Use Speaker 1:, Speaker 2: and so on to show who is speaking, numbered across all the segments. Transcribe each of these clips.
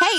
Speaker 1: Hey,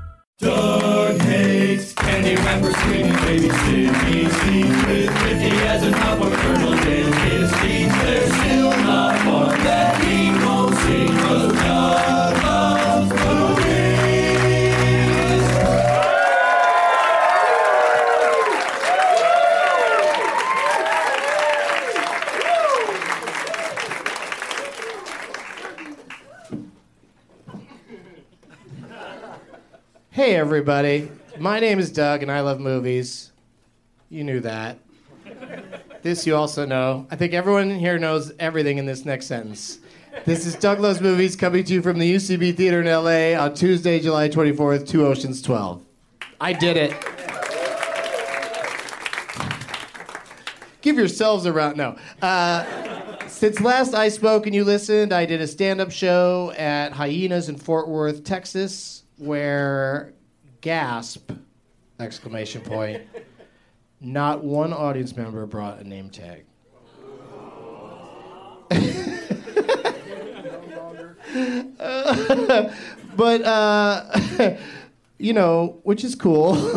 Speaker 2: Doug hates candy wrappers, screaming baby Sydney's teeth with 50 as an upper colonel in his teeth. There's still not one that he won't see. 'cause God loves movies.
Speaker 3: Hey, everybody. My name is Doug, and I love movies. You knew that. This you also know. I think everyone in here knows everything in this next sentence. This is Doug Loves Movies coming to you from the UCB Theater in LA on Tuesday, July 24th, Two Oceans 12. I did it. Give yourselves a round. No. Uh, Since last I spoke and you listened, I did a stand up show at Hyenas in Fort Worth, Texas, where gasp, exclamation point, not one audience member brought a name tag. but, uh, you know, which is cool.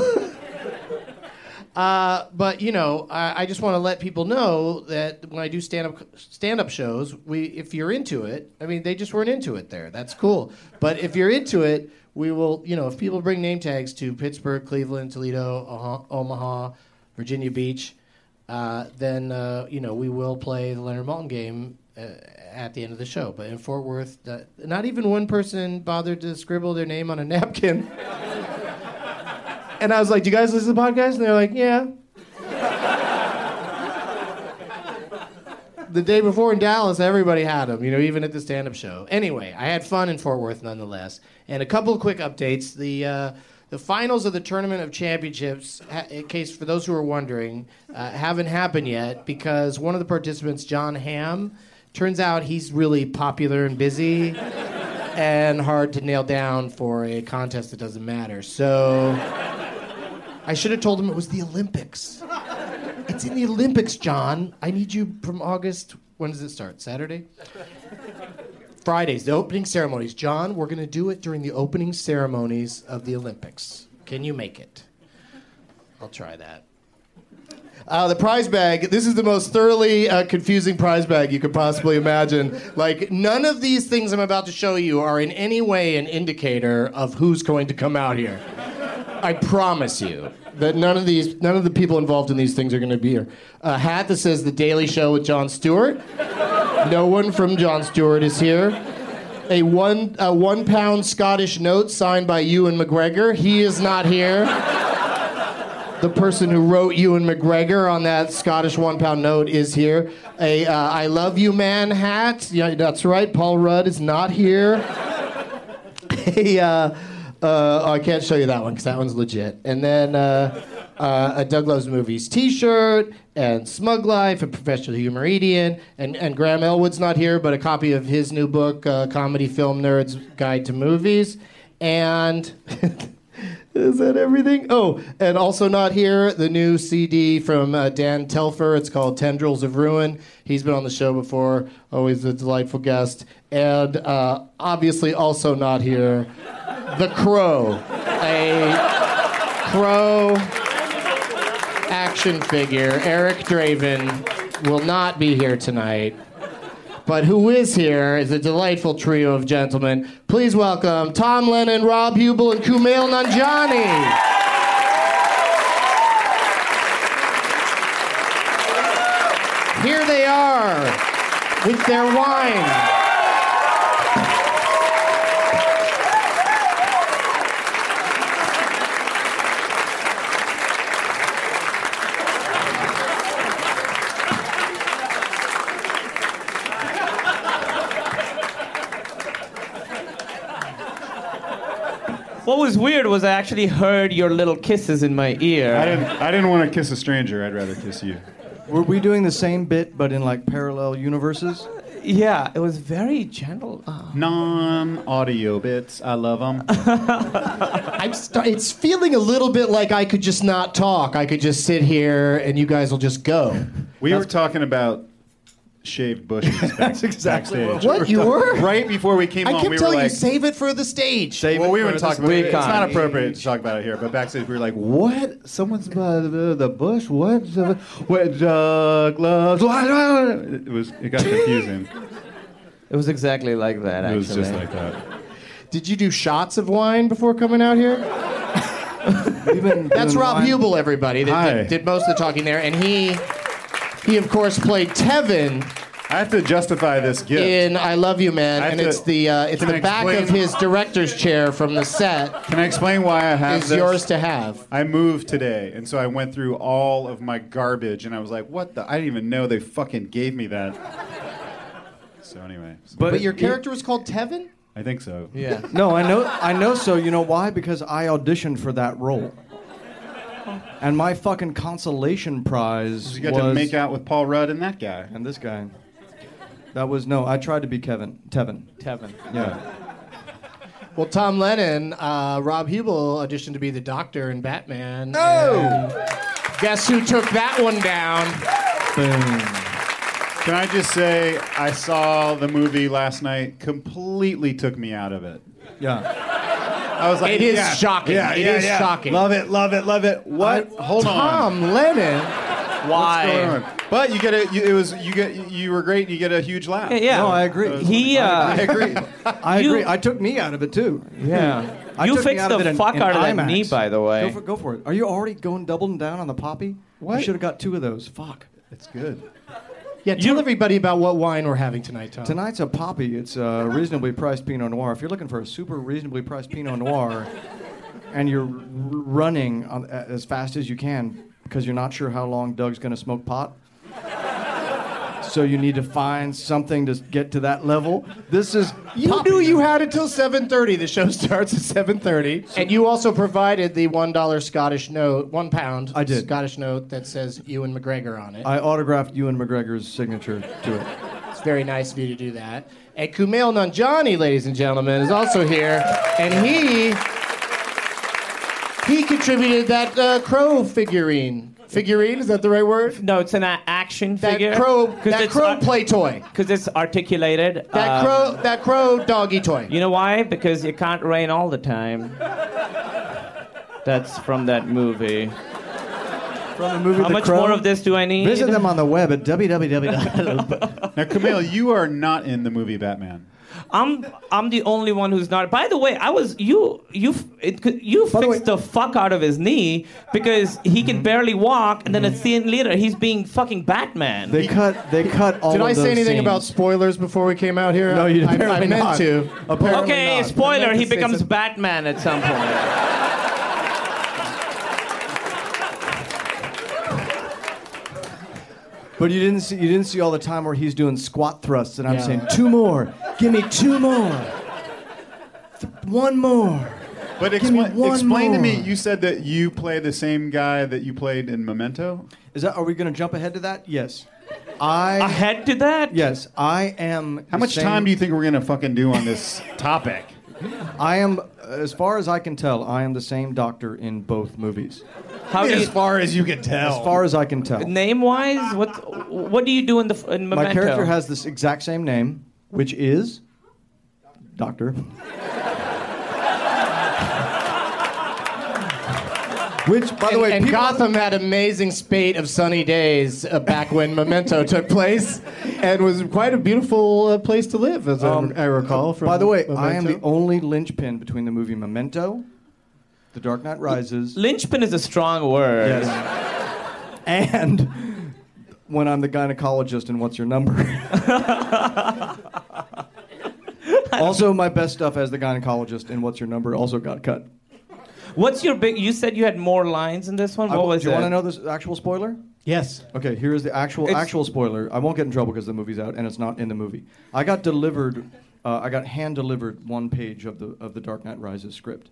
Speaker 3: but you know, I, I just want to let people know that when I do stand up stand up shows, we if you're into it, I mean, they just weren't into it there. That's cool. But if you're into it, we will. You know, if people bring name tags to Pittsburgh, Cleveland, Toledo, Oha- Omaha, Virginia Beach, uh, then uh, you know we will play the Leonard Malton game uh, at the end of the show. But in Fort Worth, uh, not even one person bothered to scribble their name on a napkin. And I was like, "Do you guys listen to the podcast?" And they're like, "Yeah." the day before in Dallas, everybody had them, you know, even at the stand up show. Anyway, I had fun in Fort Worth nonetheless. And a couple of quick updates. The, uh, the finals of the Tournament of Championships, ha- in case for those who are wondering, uh, haven't happened yet because one of the participants, John Hamm, turns out he's really popular and busy and hard to nail down for a contest that doesn't matter. So I should have told him it was the Olympics. It's in the Olympics, John. I need you from August. When does it start? Saturday? Fridays, the opening ceremonies. John, we're going to do it during the opening ceremonies of the Olympics. Can you make it? I'll try that. Uh, the prize bag. This is the most thoroughly uh, confusing prize bag you could possibly imagine. Like, none of these things I'm about to show you are in any way an indicator of who's going to come out here. I promise you that none of these, none of the people involved in these things are going to be here. A hat that says The Daily Show with Jon Stewart. No one from Jon Stewart is here. A one, a one pound Scottish note signed by Ewan McGregor. He is not here the person who wrote Ewan McGregor on that Scottish one pound note is here. A uh, I love you man hat. Yeah, that's right. Paul Rudd is not here. a, uh, uh, oh, I can't show you that one because that one's legit. And then uh, uh, a Doug Loves Movies T-shirt and Smug Life and Professional Humoridian and and Graham Elwood's not here, but a copy of his new book, uh, Comedy Film Nerds Guide to Movies, and. Is that everything? Oh, and also not here, the new CD from uh, Dan Telfer. It's called Tendrils of Ruin. He's been on the show before, always a delightful guest. And uh, obviously, also not here, The Crow, a Crow action figure. Eric Draven will not be here tonight. But who is here is a delightful trio of gentlemen. Please welcome Tom Lennon, Rob Hubel, and Kumail Nanjiani. Here they are with their wine.
Speaker 4: What was weird was I actually heard your little kisses in my ear.
Speaker 5: I didn't. I didn't want to kiss a stranger. I'd rather kiss you.
Speaker 6: Were we doing the same bit but in like parallel universes?
Speaker 4: yeah, it was very gentle. Uh,
Speaker 5: Non-audio bits. I love them.
Speaker 3: I'm st- it's feeling a little bit like I could just not talk. I could just sit here and you guys will just go.
Speaker 5: We were talking about shaved bushes. Back,
Speaker 6: exactly
Speaker 5: backstage.
Speaker 3: What you were?
Speaker 5: Right before we came
Speaker 3: I
Speaker 5: on,
Speaker 3: kept
Speaker 5: we were
Speaker 3: telling
Speaker 5: like.
Speaker 3: you save it for the stage.
Speaker 6: Save
Speaker 5: well,
Speaker 6: it
Speaker 5: we
Speaker 6: for
Speaker 5: were
Speaker 6: this
Speaker 5: talking about it.
Speaker 4: week
Speaker 5: It's not
Speaker 4: on.
Speaker 5: appropriate to talk about it here, but backstage we were like, "What? Someone's by the, the bush? What? The, what? Doug loves? What? It was. It got confusing.
Speaker 4: it was exactly like that,
Speaker 5: it
Speaker 4: actually.
Speaker 5: was just like that.
Speaker 3: Did you do shots of wine before coming out here? That's Rob Hubel, everybody. That
Speaker 5: Hi.
Speaker 3: did, did most of the talking there, and he, he of course played Tevin
Speaker 5: I have to justify this gift.
Speaker 3: in "I Love You, Man,"
Speaker 5: I have
Speaker 3: and
Speaker 5: to-
Speaker 3: it's the uh, it's
Speaker 5: Can
Speaker 3: the
Speaker 5: I
Speaker 3: back of
Speaker 5: explain?
Speaker 3: his director's chair from the set
Speaker 5: Can I explain why I have
Speaker 3: is
Speaker 5: this?
Speaker 3: yours to have.
Speaker 5: I moved today, and so I went through all of my garbage, and I was like, "What the? I didn't even know they fucking gave me that." So anyway, so-
Speaker 3: But your character was called Tevin.
Speaker 5: I think so.
Speaker 4: Yeah.
Speaker 6: No, I know, I know. So you know why? Because I auditioned for that role, and my fucking consolation prize
Speaker 5: You got
Speaker 6: was
Speaker 5: to make out with Paul Rudd and that guy.
Speaker 6: and this guy. That was no. I tried to be Kevin. Tevin.
Speaker 4: Tevin.
Speaker 6: Yeah.
Speaker 3: Well, Tom Lennon, uh, Rob Hubel auditioned to be the Doctor in Batman. and Guess who took that one down?
Speaker 5: Can I just say, I saw the movie last night. Completely took me out of it.
Speaker 6: Yeah.
Speaker 5: I was like,
Speaker 3: It is
Speaker 5: yeah,
Speaker 3: shocking.
Speaker 5: Yeah,
Speaker 3: It
Speaker 5: yeah,
Speaker 3: is
Speaker 5: yeah.
Speaker 3: shocking.
Speaker 5: Love it, love it, love it. What? Hold on.
Speaker 3: Uh, Tom Lennon.
Speaker 4: Why?
Speaker 5: What's going on? But you get a. You, it was you get. You were great. and You get a huge laugh.
Speaker 4: Yeah.
Speaker 6: No, I agree.
Speaker 4: He.
Speaker 5: I
Speaker 4: Uh,
Speaker 5: agree.
Speaker 6: I
Speaker 4: You-
Speaker 6: agree. I took me out of it too.
Speaker 4: yeah.
Speaker 6: I
Speaker 4: you
Speaker 6: took me
Speaker 4: fixed
Speaker 6: out of
Speaker 4: the
Speaker 6: it in-
Speaker 4: fuck
Speaker 6: in
Speaker 4: out of that
Speaker 6: IMAX.
Speaker 4: knee, by the
Speaker 6: Go
Speaker 4: way.
Speaker 6: for, go for it. Are you already going doubling down on the poppy?
Speaker 5: What?
Speaker 6: I should have got two of those. Fuck.
Speaker 5: it's good.
Speaker 3: Yeah, tell everybody about what wine we're having tonight, Tom.
Speaker 6: Tonight's a poppy. It's a reasonably priced Pinot Noir. If you're looking for a super reasonably priced Pinot Noir, and you're r- running on, a- as fast as you can because you're not sure how long Doug's going to smoke pot, so you need to find something to get to that level. This is
Speaker 3: You
Speaker 6: poppy.
Speaker 3: knew you had until 7:30. The show starts at 7:30, and you also provided the one dollar Scottish note, one pound
Speaker 6: I did.
Speaker 3: Scottish note that says Ewan McGregor on it.
Speaker 6: I autographed Ewan McGregor's signature to it.
Speaker 3: it's very nice of you to do that. And Kumail Nanjiani, ladies and gentlemen, is also here, and he He contributed that uh, crow figurine. Figurine is that the right word?
Speaker 4: No, it's an a- action
Speaker 3: That
Speaker 4: figure.
Speaker 3: crow, that crow play toy.
Speaker 4: Because it's articulated.
Speaker 3: That
Speaker 4: um,
Speaker 3: crow, that crow doggy toy.
Speaker 4: You know why? Because it can't rain all the time. That's from that movie.
Speaker 6: From the movie
Speaker 4: How much more of this do I need?
Speaker 6: Visit them on the web at www.
Speaker 5: Now, Camille, you are not in the movie Batman.
Speaker 4: I'm I'm the only one who's not. By the way, I was you you f- it, could- you
Speaker 6: the
Speaker 4: fixed
Speaker 6: way- Mm-hmm.
Speaker 4: the fuck out of his knee because he can barely walk, and then a scene later he's being fucking Batman.
Speaker 6: They cut. They cut all.
Speaker 3: Did
Speaker 6: of
Speaker 3: I say
Speaker 6: those
Speaker 3: anything
Speaker 6: scenes.
Speaker 3: about spoilers before we came out here?
Speaker 6: No, you
Speaker 3: I- I,
Speaker 6: apparently
Speaker 3: meant
Speaker 6: not.
Speaker 3: to.
Speaker 6: Apparently
Speaker 4: okay,
Speaker 6: not.
Speaker 3: I
Speaker 4: spoiler:
Speaker 3: meant
Speaker 4: he
Speaker 3: to say
Speaker 4: becomes
Speaker 3: something.
Speaker 4: Batman at some point.
Speaker 6: But you didn't see. You didn't see all the time where he's doing squat thrusts, and I'm
Speaker 3: Yeah.
Speaker 6: saying two more. Give me two more. Th- one more.
Speaker 5: But
Speaker 6: Give me
Speaker 5: expla-
Speaker 6: one
Speaker 5: explain to me,
Speaker 6: more.
Speaker 5: you said that you play the same guy that you played in Memento?
Speaker 6: Is that? Are we going to jump ahead to that? Yes. I.
Speaker 4: Ahead to that,
Speaker 6: Yes, I am.
Speaker 5: How
Speaker 6: the
Speaker 5: much
Speaker 6: same-
Speaker 5: time do you think we're going to fucking do on this topic?
Speaker 6: I am, as far as I can tell, I am the same doctor in both movies.
Speaker 4: how do you,
Speaker 5: far as you can tell.
Speaker 6: As far as I can tell,
Speaker 4: name wise? What what do you do in the f- in Memento?
Speaker 6: my character has this exact same name, which is Doctor. which, by the
Speaker 3: And,
Speaker 6: way,
Speaker 3: and
Speaker 6: people,
Speaker 3: Gotham had amazing spate of sunny days uh, back when Memento took place, and was quite a beautiful uh, place to live, as I-
Speaker 4: Um,
Speaker 3: I, recall. From
Speaker 6: Um, By the way,
Speaker 3: Memento.
Speaker 6: I am the only linchpin between the movie Memento, The Dark Knight Rises,
Speaker 4: Lynchpin is a strong word.
Speaker 6: yes, and when I'm the gynecologist in What's Your Number. also, my best stuff as the gynecologist in What's Your Number also got cut.
Speaker 4: What's your big? You said you had more lines in this one. What
Speaker 6: I-
Speaker 4: was
Speaker 6: Oh, do you
Speaker 4: it?
Speaker 6: want to know this actual spoiler?
Speaker 3: yes.
Speaker 6: Okay, here is the actual
Speaker 4: It's-
Speaker 6: actual spoiler. I won't get in trouble because the movie's out and it's not in the movie. I got delivered, uh, I got hand delivered one page of the of the Dark Knight Rises script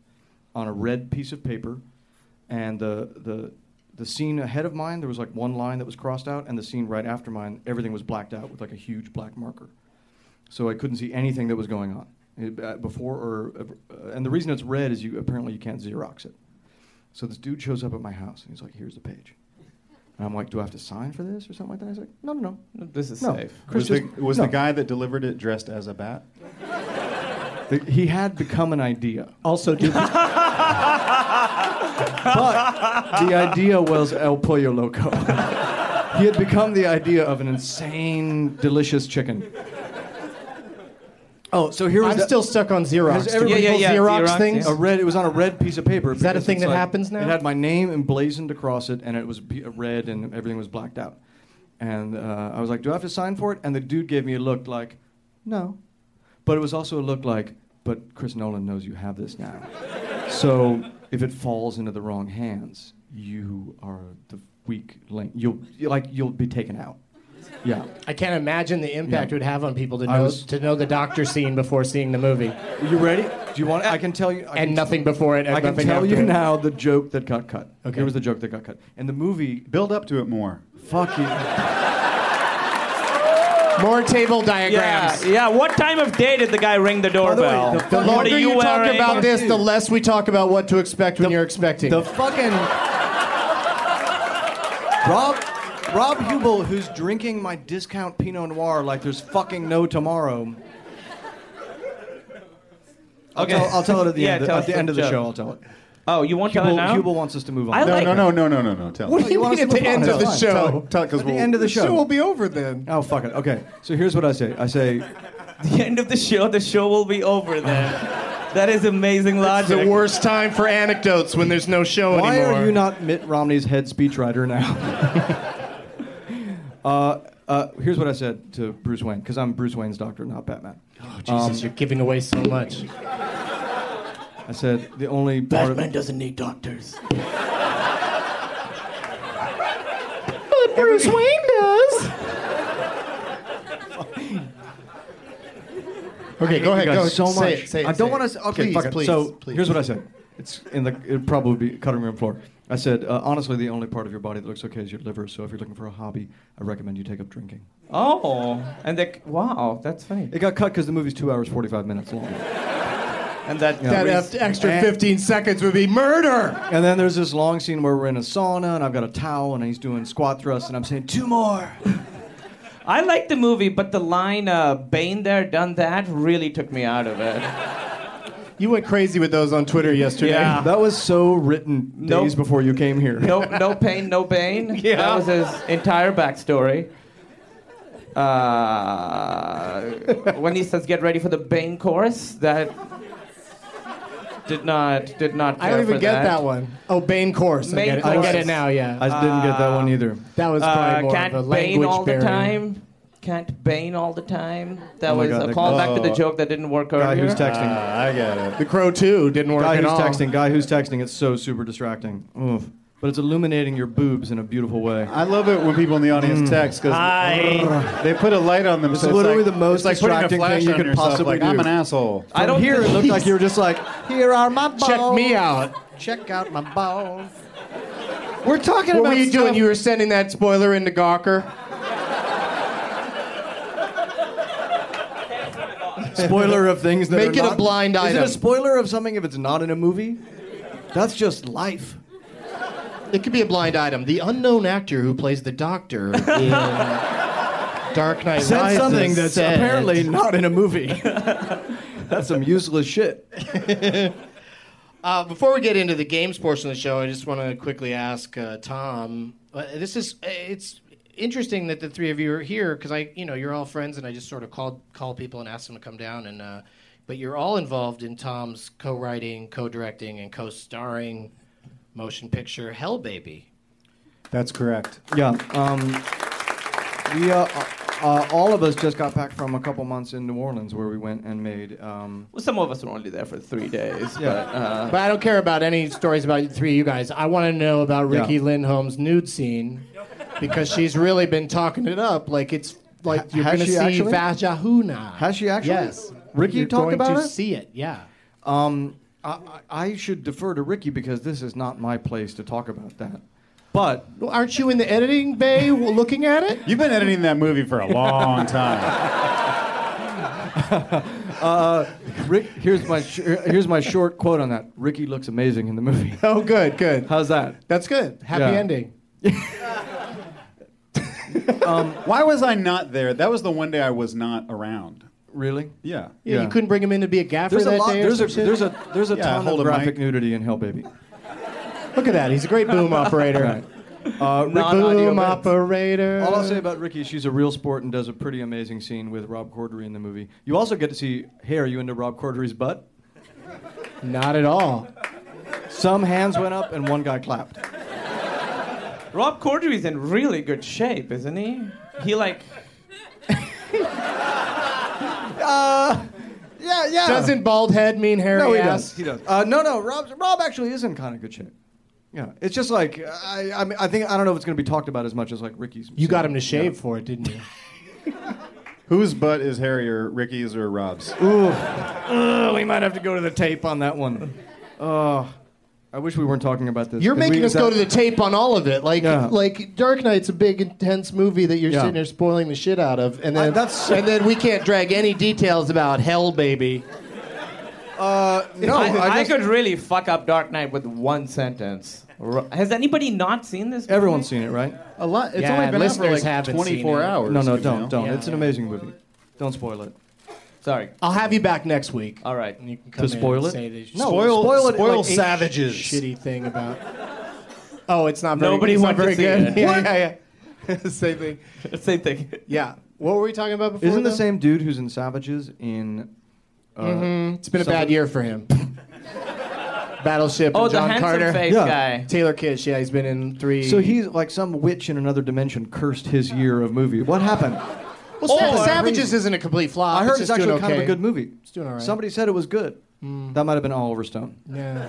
Speaker 6: on a red piece of paper, and the the the scene ahead of mine there was like one line that was crossed out, and the scene right after mine everything was blacked out with like a huge black marker so I couldn't see anything that was going on It- uh, before or uh, and the reason it's red is you apparently you can't Xerox it. So this dude shows up at my house and he's like, "Here's the page," and I'm like, "Do I have to sign for this or something like that?" He's like, "No, no, no."
Speaker 4: This is
Speaker 6: No.
Speaker 4: safe.
Speaker 5: was
Speaker 6: Chris
Speaker 5: the,
Speaker 6: just-
Speaker 5: was
Speaker 6: no.
Speaker 5: the guy that delivered it dressed as a bat?
Speaker 6: The- he had become an idea,
Speaker 3: Also, do
Speaker 6: but the idea was El Pollo Loco. he had become the idea of an insane, delicious chicken. Oh, so here was
Speaker 3: I'm
Speaker 6: the-
Speaker 3: still stuck on Xerox.
Speaker 6: Has
Speaker 3: Do
Speaker 6: everybody-
Speaker 3: people
Speaker 4: Yeah, yeah, yeah,
Speaker 3: Xerox,
Speaker 4: Xerox,
Speaker 3: things?
Speaker 6: a red. It was on a red piece of paper. Is
Speaker 3: that a thing that happens now?
Speaker 6: It had my name emblazoned across it, and it was be- red, and everything was blacked out. And uh, I was like, "Do I have to sign for it?" And the dude gave me a look like, "No," but it was also a look like, "But Chris Nolan knows you have this now, so if it falls into the wrong hands, you are the weak link. You'll you like you'll be taken out." Yeah,
Speaker 3: I can't imagine the impact it
Speaker 6: Yeah.
Speaker 3: would have on people to
Speaker 6: I
Speaker 3: know
Speaker 6: was-
Speaker 3: to know the doctor scene before seeing the movie,
Speaker 6: you ready? Do you want? I can tell you. I
Speaker 3: and
Speaker 6: can-
Speaker 3: nothing before it, and
Speaker 6: I can
Speaker 3: nothing
Speaker 6: tell
Speaker 3: after
Speaker 6: you
Speaker 3: it.
Speaker 6: now the joke that got cut. Okay,
Speaker 3: Okay.
Speaker 6: here was the joke that got cut. And the movie
Speaker 5: Build up to it more.
Speaker 6: Fuck you.
Speaker 3: More table
Speaker 4: Yeah,
Speaker 3: diagrams.
Speaker 4: yeah. What time of day did the guy ring the
Speaker 6: the way,
Speaker 4: doorbell?
Speaker 6: the
Speaker 3: The
Speaker 6: What
Speaker 3: longer
Speaker 4: are
Speaker 3: you, talk
Speaker 4: wearing?
Speaker 3: about this, the less we talk about what to expect when you're expecting.
Speaker 6: The fucking Rob Rob Hubel, who's drinking my discount Pinot Noir like there's fucking no tomorrow. I'll
Speaker 4: Okay.
Speaker 6: tell, I'll tell it at the
Speaker 4: Yeah,
Speaker 6: end. Of the,
Speaker 4: tell
Speaker 6: at
Speaker 4: us
Speaker 6: the
Speaker 4: the
Speaker 6: end of the
Speaker 4: joke.
Speaker 6: show, I'll tell it.
Speaker 4: Oh, you want to
Speaker 6: Hubel,
Speaker 4: now?
Speaker 6: Hubel wants us to move on.
Speaker 4: I
Speaker 5: No,
Speaker 4: like-
Speaker 5: no, no, no, no, no, no. Tell
Speaker 3: what do
Speaker 5: it.
Speaker 6: you
Speaker 3: you
Speaker 6: want
Speaker 3: mean
Speaker 6: us
Speaker 3: at
Speaker 6: to
Speaker 3: the
Speaker 6: move on?
Speaker 3: end of the
Speaker 6: It's fine.
Speaker 5: Tell
Speaker 3: show?
Speaker 5: it. Tell it, 'cause
Speaker 6: At the
Speaker 5: we'll-
Speaker 6: end of the show.
Speaker 3: be over then.
Speaker 6: Oh fuck it. Okay, so here's what I say. I say
Speaker 4: the end of the show. The show will be over then. that is amazing
Speaker 3: It's
Speaker 4: logic.
Speaker 3: the worst time for anecdotes when there's no show
Speaker 6: Why
Speaker 3: anymore.
Speaker 6: are you not Mitt Romney's head speechwriter now? uh, uh, here's what I said to Bruce Wayne, because I'm Bruce Wayne's doctor, not Batman.
Speaker 3: Oh, Jesus, you're giving away so much.
Speaker 6: I said the only part of
Speaker 3: doesn't need doctors. but Bruce Wayne does. okay, go ahead. Go
Speaker 6: you guys so
Speaker 3: say
Speaker 6: much.
Speaker 3: It, say it,
Speaker 6: I don't
Speaker 3: say
Speaker 6: want
Speaker 3: it.
Speaker 6: to. Okay,
Speaker 3: please,
Speaker 6: fuck it.
Speaker 3: please,
Speaker 6: so
Speaker 3: please.
Speaker 6: here's what I said. It's in the. It'd probably be cutting room floor. I said uh, honestly, the only part of your body that looks okay is your liver. So if you're looking for a hobby, I recommend you take up drinking.
Speaker 4: Oh, and the, wow, that's funny.
Speaker 6: It got cut because the movie's two hours forty-five minutes long. and that,
Speaker 3: That
Speaker 6: we-
Speaker 3: eft- extra
Speaker 6: and-
Speaker 3: 15 seconds would be murder.
Speaker 6: And then there's this long scene where we're in a sauna and I've got a towel and he's doing squat thrusts and I'm saying two more.
Speaker 4: I like the movie, but the line uh, "Bane there, done that" really took me out of it.
Speaker 3: You went crazy with those on Twitter yesterday.
Speaker 4: Yeah.
Speaker 6: That was so written
Speaker 4: Nope.
Speaker 6: days before you came here.
Speaker 4: No, no pain, no bane.
Speaker 6: Yeah.
Speaker 4: That was his entire backstory. Uh, when he says "Get ready for the Bane chorus," that did not did not.
Speaker 3: I don't
Speaker 4: care
Speaker 3: even
Speaker 4: for
Speaker 3: get
Speaker 4: that.
Speaker 3: that, one. Oh, Bane course. I
Speaker 4: Bane
Speaker 3: get, it. I
Speaker 4: course.
Speaker 3: get it now, yeah.
Speaker 6: I didn't get that one either.
Speaker 3: that was probably
Speaker 4: Uh,
Speaker 3: more
Speaker 4: can't
Speaker 3: of a
Speaker 4: Bane
Speaker 3: language
Speaker 4: all
Speaker 3: barrier.
Speaker 4: the time. Can't Bane all the time. That
Speaker 6: Oh my
Speaker 4: was
Speaker 6: God,
Speaker 4: a
Speaker 6: the-
Speaker 4: callback to the
Speaker 5: Oh.
Speaker 4: joke that didn't work earlier.
Speaker 6: Guy who's texting.
Speaker 5: I get it.
Speaker 3: The Crow 2 didn't work
Speaker 6: guy
Speaker 3: at
Speaker 6: who's
Speaker 3: all.
Speaker 6: texting. Guy who's texting. It's so super distracting. Oof. But it's illuminating your boobs in a beautiful way.
Speaker 5: I love it when people in the audience text because they put a light on them.
Speaker 6: It's
Speaker 5: so
Speaker 6: literally
Speaker 5: like,
Speaker 6: the most
Speaker 5: it's like putting a
Speaker 6: distracting
Speaker 5: flash
Speaker 6: thing you
Speaker 5: on
Speaker 6: could
Speaker 5: yourself,
Speaker 6: possibly
Speaker 5: like, I'm
Speaker 6: do.
Speaker 5: an asshole.
Speaker 4: I don't
Speaker 6: Here it
Speaker 4: think
Speaker 6: looked like you were just like, here are my balls.
Speaker 3: Check me out.
Speaker 6: Check out my balls. We're talking
Speaker 3: What
Speaker 6: about
Speaker 3: were you
Speaker 6: stuff-
Speaker 3: doing? You were sending that spoiler into Gawker?
Speaker 6: spoiler of things that
Speaker 3: Make
Speaker 6: are
Speaker 3: it a
Speaker 6: not-
Speaker 3: blind
Speaker 6: Is it
Speaker 3: item.
Speaker 6: a spoiler of something if it's not in a movie? That's just life.
Speaker 3: It could be a blind item. The unknown actor who plays the doctor in Dark Knight
Speaker 6: Said
Speaker 3: Rises
Speaker 6: something that's
Speaker 3: said-
Speaker 6: apparently not in a movie. that's some useless shit.
Speaker 3: Uh, before we get into the games portion of the show, I just want to quickly ask uh, Tom. Uh, this is it's interesting that the three of you are here because I, you know, you're all friends, and I just sort of called call people and asked them to come down. And uh, but you're all involved in Tom's co-writing, co-directing, and co-starring motion picture Hell Baby.
Speaker 5: That's correct.
Speaker 6: Yeah. Um, we uh, uh, all of us just got back from a couple months in New Orleans where we went and made. Um,
Speaker 4: Well, some of us were only there for three days. But, uh,
Speaker 3: But I don't care about any stories about the three of you guys. I want to know about
Speaker 6: Yeah.
Speaker 3: Ricky Lindholm's nude scene because she's really been talking it up like it's like
Speaker 6: Ha-
Speaker 3: you're
Speaker 6: has
Speaker 3: going to
Speaker 6: she
Speaker 3: see
Speaker 6: actually?
Speaker 3: Vajahuna.
Speaker 6: Has she actually?
Speaker 3: Yes.
Speaker 6: Ricky
Speaker 3: you're
Speaker 6: talked
Speaker 3: going
Speaker 6: about
Speaker 3: to
Speaker 6: it?
Speaker 3: see it. Yeah.
Speaker 6: um, I, I I should defer to Ricky because this is not my place to talk about that. But
Speaker 3: Well, aren't you in the editing bay w- looking at it?
Speaker 5: You've been editing that movie for a long time.
Speaker 6: uh, Rick, here's my sh- here's my short quote on that. Ricky looks amazing in the movie.
Speaker 3: Oh, good, good.
Speaker 6: How's that?
Speaker 3: That's good. Happy
Speaker 6: Yeah.
Speaker 3: ending.
Speaker 5: Why was I not there? That was the one day I was not around.
Speaker 6: Really?
Speaker 5: Yeah.
Speaker 3: Yeah, you couldn't bring him in to be a gaffer
Speaker 6: There's
Speaker 3: that
Speaker 6: a lot.
Speaker 3: day. or
Speaker 6: There's a,
Speaker 3: some shit?
Speaker 6: there's a there's a
Speaker 5: Yeah,
Speaker 6: ton
Speaker 5: hold
Speaker 6: of
Speaker 5: a mic.
Speaker 6: graphic nudity in Hell Baby.
Speaker 3: Look at that. He's a great boom operator.
Speaker 6: Right. Uh, Rick-
Speaker 4: Non-audio
Speaker 3: Boom
Speaker 4: bits.
Speaker 3: operator.
Speaker 6: all I'll say about Ricky, she's a real sport and does a pretty amazing scene with Rob Corddry in the movie. You also get to see, hey, are you into Rob Corddry's butt?
Speaker 3: Not at all.
Speaker 6: Some hands went up and one guy clapped.
Speaker 4: Rob Corddry's in really good shape, isn't he? He like
Speaker 6: Yeah, yeah.
Speaker 3: Doesn't bald head mean hairy
Speaker 6: No, he
Speaker 3: ass?
Speaker 6: does. He does. Uh, no, no. Rob, Rob actually is in kind of good shape. Yeah, it's just like I, I, mean, I think I don't know if it's going to be talked about as much as like Ricky's.
Speaker 3: You got him to shave for it, didn't you?
Speaker 5: Whose butt is hairier, Ricky's or Rob's?
Speaker 6: Oh, we might have to go to the tape on that one. Oh, I wish we weren't talking about this.
Speaker 3: You're
Speaker 6: 'cause
Speaker 3: making
Speaker 6: we-
Speaker 3: us go to the tape on all of it. Like,
Speaker 6: Yeah.
Speaker 3: like Dark Knight's a big, intense movie that you're
Speaker 6: Yeah.
Speaker 3: sitting there spoiling the shit out of, and then
Speaker 6: I- that's-
Speaker 3: and then we can't drag any details about Hell Baby.
Speaker 6: Uh, No,
Speaker 4: I,
Speaker 6: I
Speaker 4: I
Speaker 6: just-
Speaker 4: could really fuck up Dark Knight with one sentence. Ro- Has anybody not seen this? movie?
Speaker 6: Everyone's seen it, right?
Speaker 5: A lot. It's
Speaker 3: Yeah,
Speaker 5: only been out for
Speaker 3: listeners
Speaker 5: like
Speaker 3: haven't
Speaker 5: 24
Speaker 3: seen it.
Speaker 5: hours.
Speaker 6: No, no,
Speaker 5: you know?
Speaker 6: don't, don't.
Speaker 3: Yeah.
Speaker 6: it's an amazing movie. Don't spoil it.
Speaker 4: Sorry.
Speaker 3: I'll have you back next week.
Speaker 4: All right.
Speaker 3: And you can
Speaker 6: To
Speaker 3: come in
Speaker 6: spoil
Speaker 3: and
Speaker 6: it?
Speaker 3: Say that you-
Speaker 6: No,
Speaker 5: Spoil,
Speaker 6: spoil
Speaker 5: spoil,
Speaker 6: it, like, eight
Speaker 5: savages.
Speaker 3: Shitty thing about. Oh, it's not very.
Speaker 4: Nobody
Speaker 3: it's not
Speaker 4: wants to
Speaker 3: very
Speaker 4: see
Speaker 3: good.
Speaker 4: it.
Speaker 3: Yeah, yeah, yeah. Same thing.
Speaker 4: Same thing.
Speaker 3: Yeah. What were we talking about before?
Speaker 6: Isn't the
Speaker 3: though?
Speaker 6: same dude who's in Savages in? Uh,
Speaker 3: It's been a bad
Speaker 6: something-
Speaker 3: year for him. Battleship.
Speaker 4: Oh,
Speaker 3: and
Speaker 4: the
Speaker 3: John
Speaker 4: handsome
Speaker 3: Carter.
Speaker 4: face
Speaker 6: Yeah.
Speaker 4: guy.
Speaker 3: Taylor Kitsch. Yeah, he's been in three.
Speaker 6: So he's like some witch in another dimension cursed his year of movie. What happened?
Speaker 3: Well, Sa-
Speaker 6: Or-
Speaker 3: Savages isn't a complete flop.
Speaker 6: Oh, I heard it's,
Speaker 3: just
Speaker 6: actually
Speaker 3: doing
Speaker 6: kind of
Speaker 3: okay.
Speaker 6: a good movie. It's
Speaker 3: doing all right. Hmm.
Speaker 6: Somebody said it was good. That might have been Oliver Stone
Speaker 3: Yeah.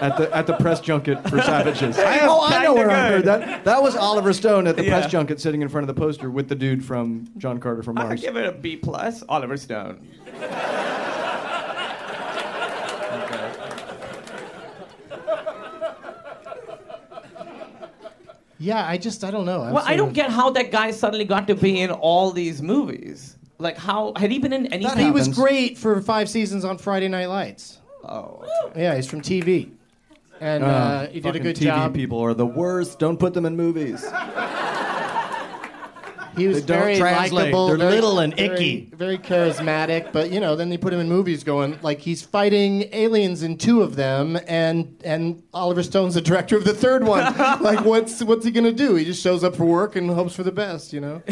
Speaker 6: at the at the press junket for Savages.
Speaker 4: It's
Speaker 6: oh, I
Speaker 4: kinda
Speaker 6: know where I
Speaker 4: good.
Speaker 6: heard that. That was Oliver Stone at the
Speaker 4: Yeah.
Speaker 6: press junket, sitting in front of the poster with the dude from John Carter from
Speaker 4: I
Speaker 6: Mars.
Speaker 4: give it a B plus. Oliver Stone.
Speaker 3: Yeah, I just I don't know. I'm
Speaker 4: Well, I
Speaker 3: sort
Speaker 4: don't
Speaker 3: of-
Speaker 4: get how that guy suddenly got to be in all these movies. Like how had he been in anything?
Speaker 3: He was
Speaker 6: happens.
Speaker 3: great for five seasons on Friday Night Lights. Oh. Yeah, he's from TV. And uh, he did a
Speaker 6: Ah, Fucking
Speaker 3: good
Speaker 6: TV
Speaker 3: job.
Speaker 6: people are the worst. Don't put them in movies.
Speaker 3: He was
Speaker 6: They don't
Speaker 3: very
Speaker 6: translate.
Speaker 3: likable.
Speaker 6: They're
Speaker 3: very-
Speaker 6: little and
Speaker 3: very-
Speaker 6: icky.
Speaker 3: Very, charismatic, but you know, then they put him in movies going like he's fighting aliens in two of them and and Oliver Stone's the director of the third one. like what's what's he going to do? He just shows up for work and hopes for the best, you know.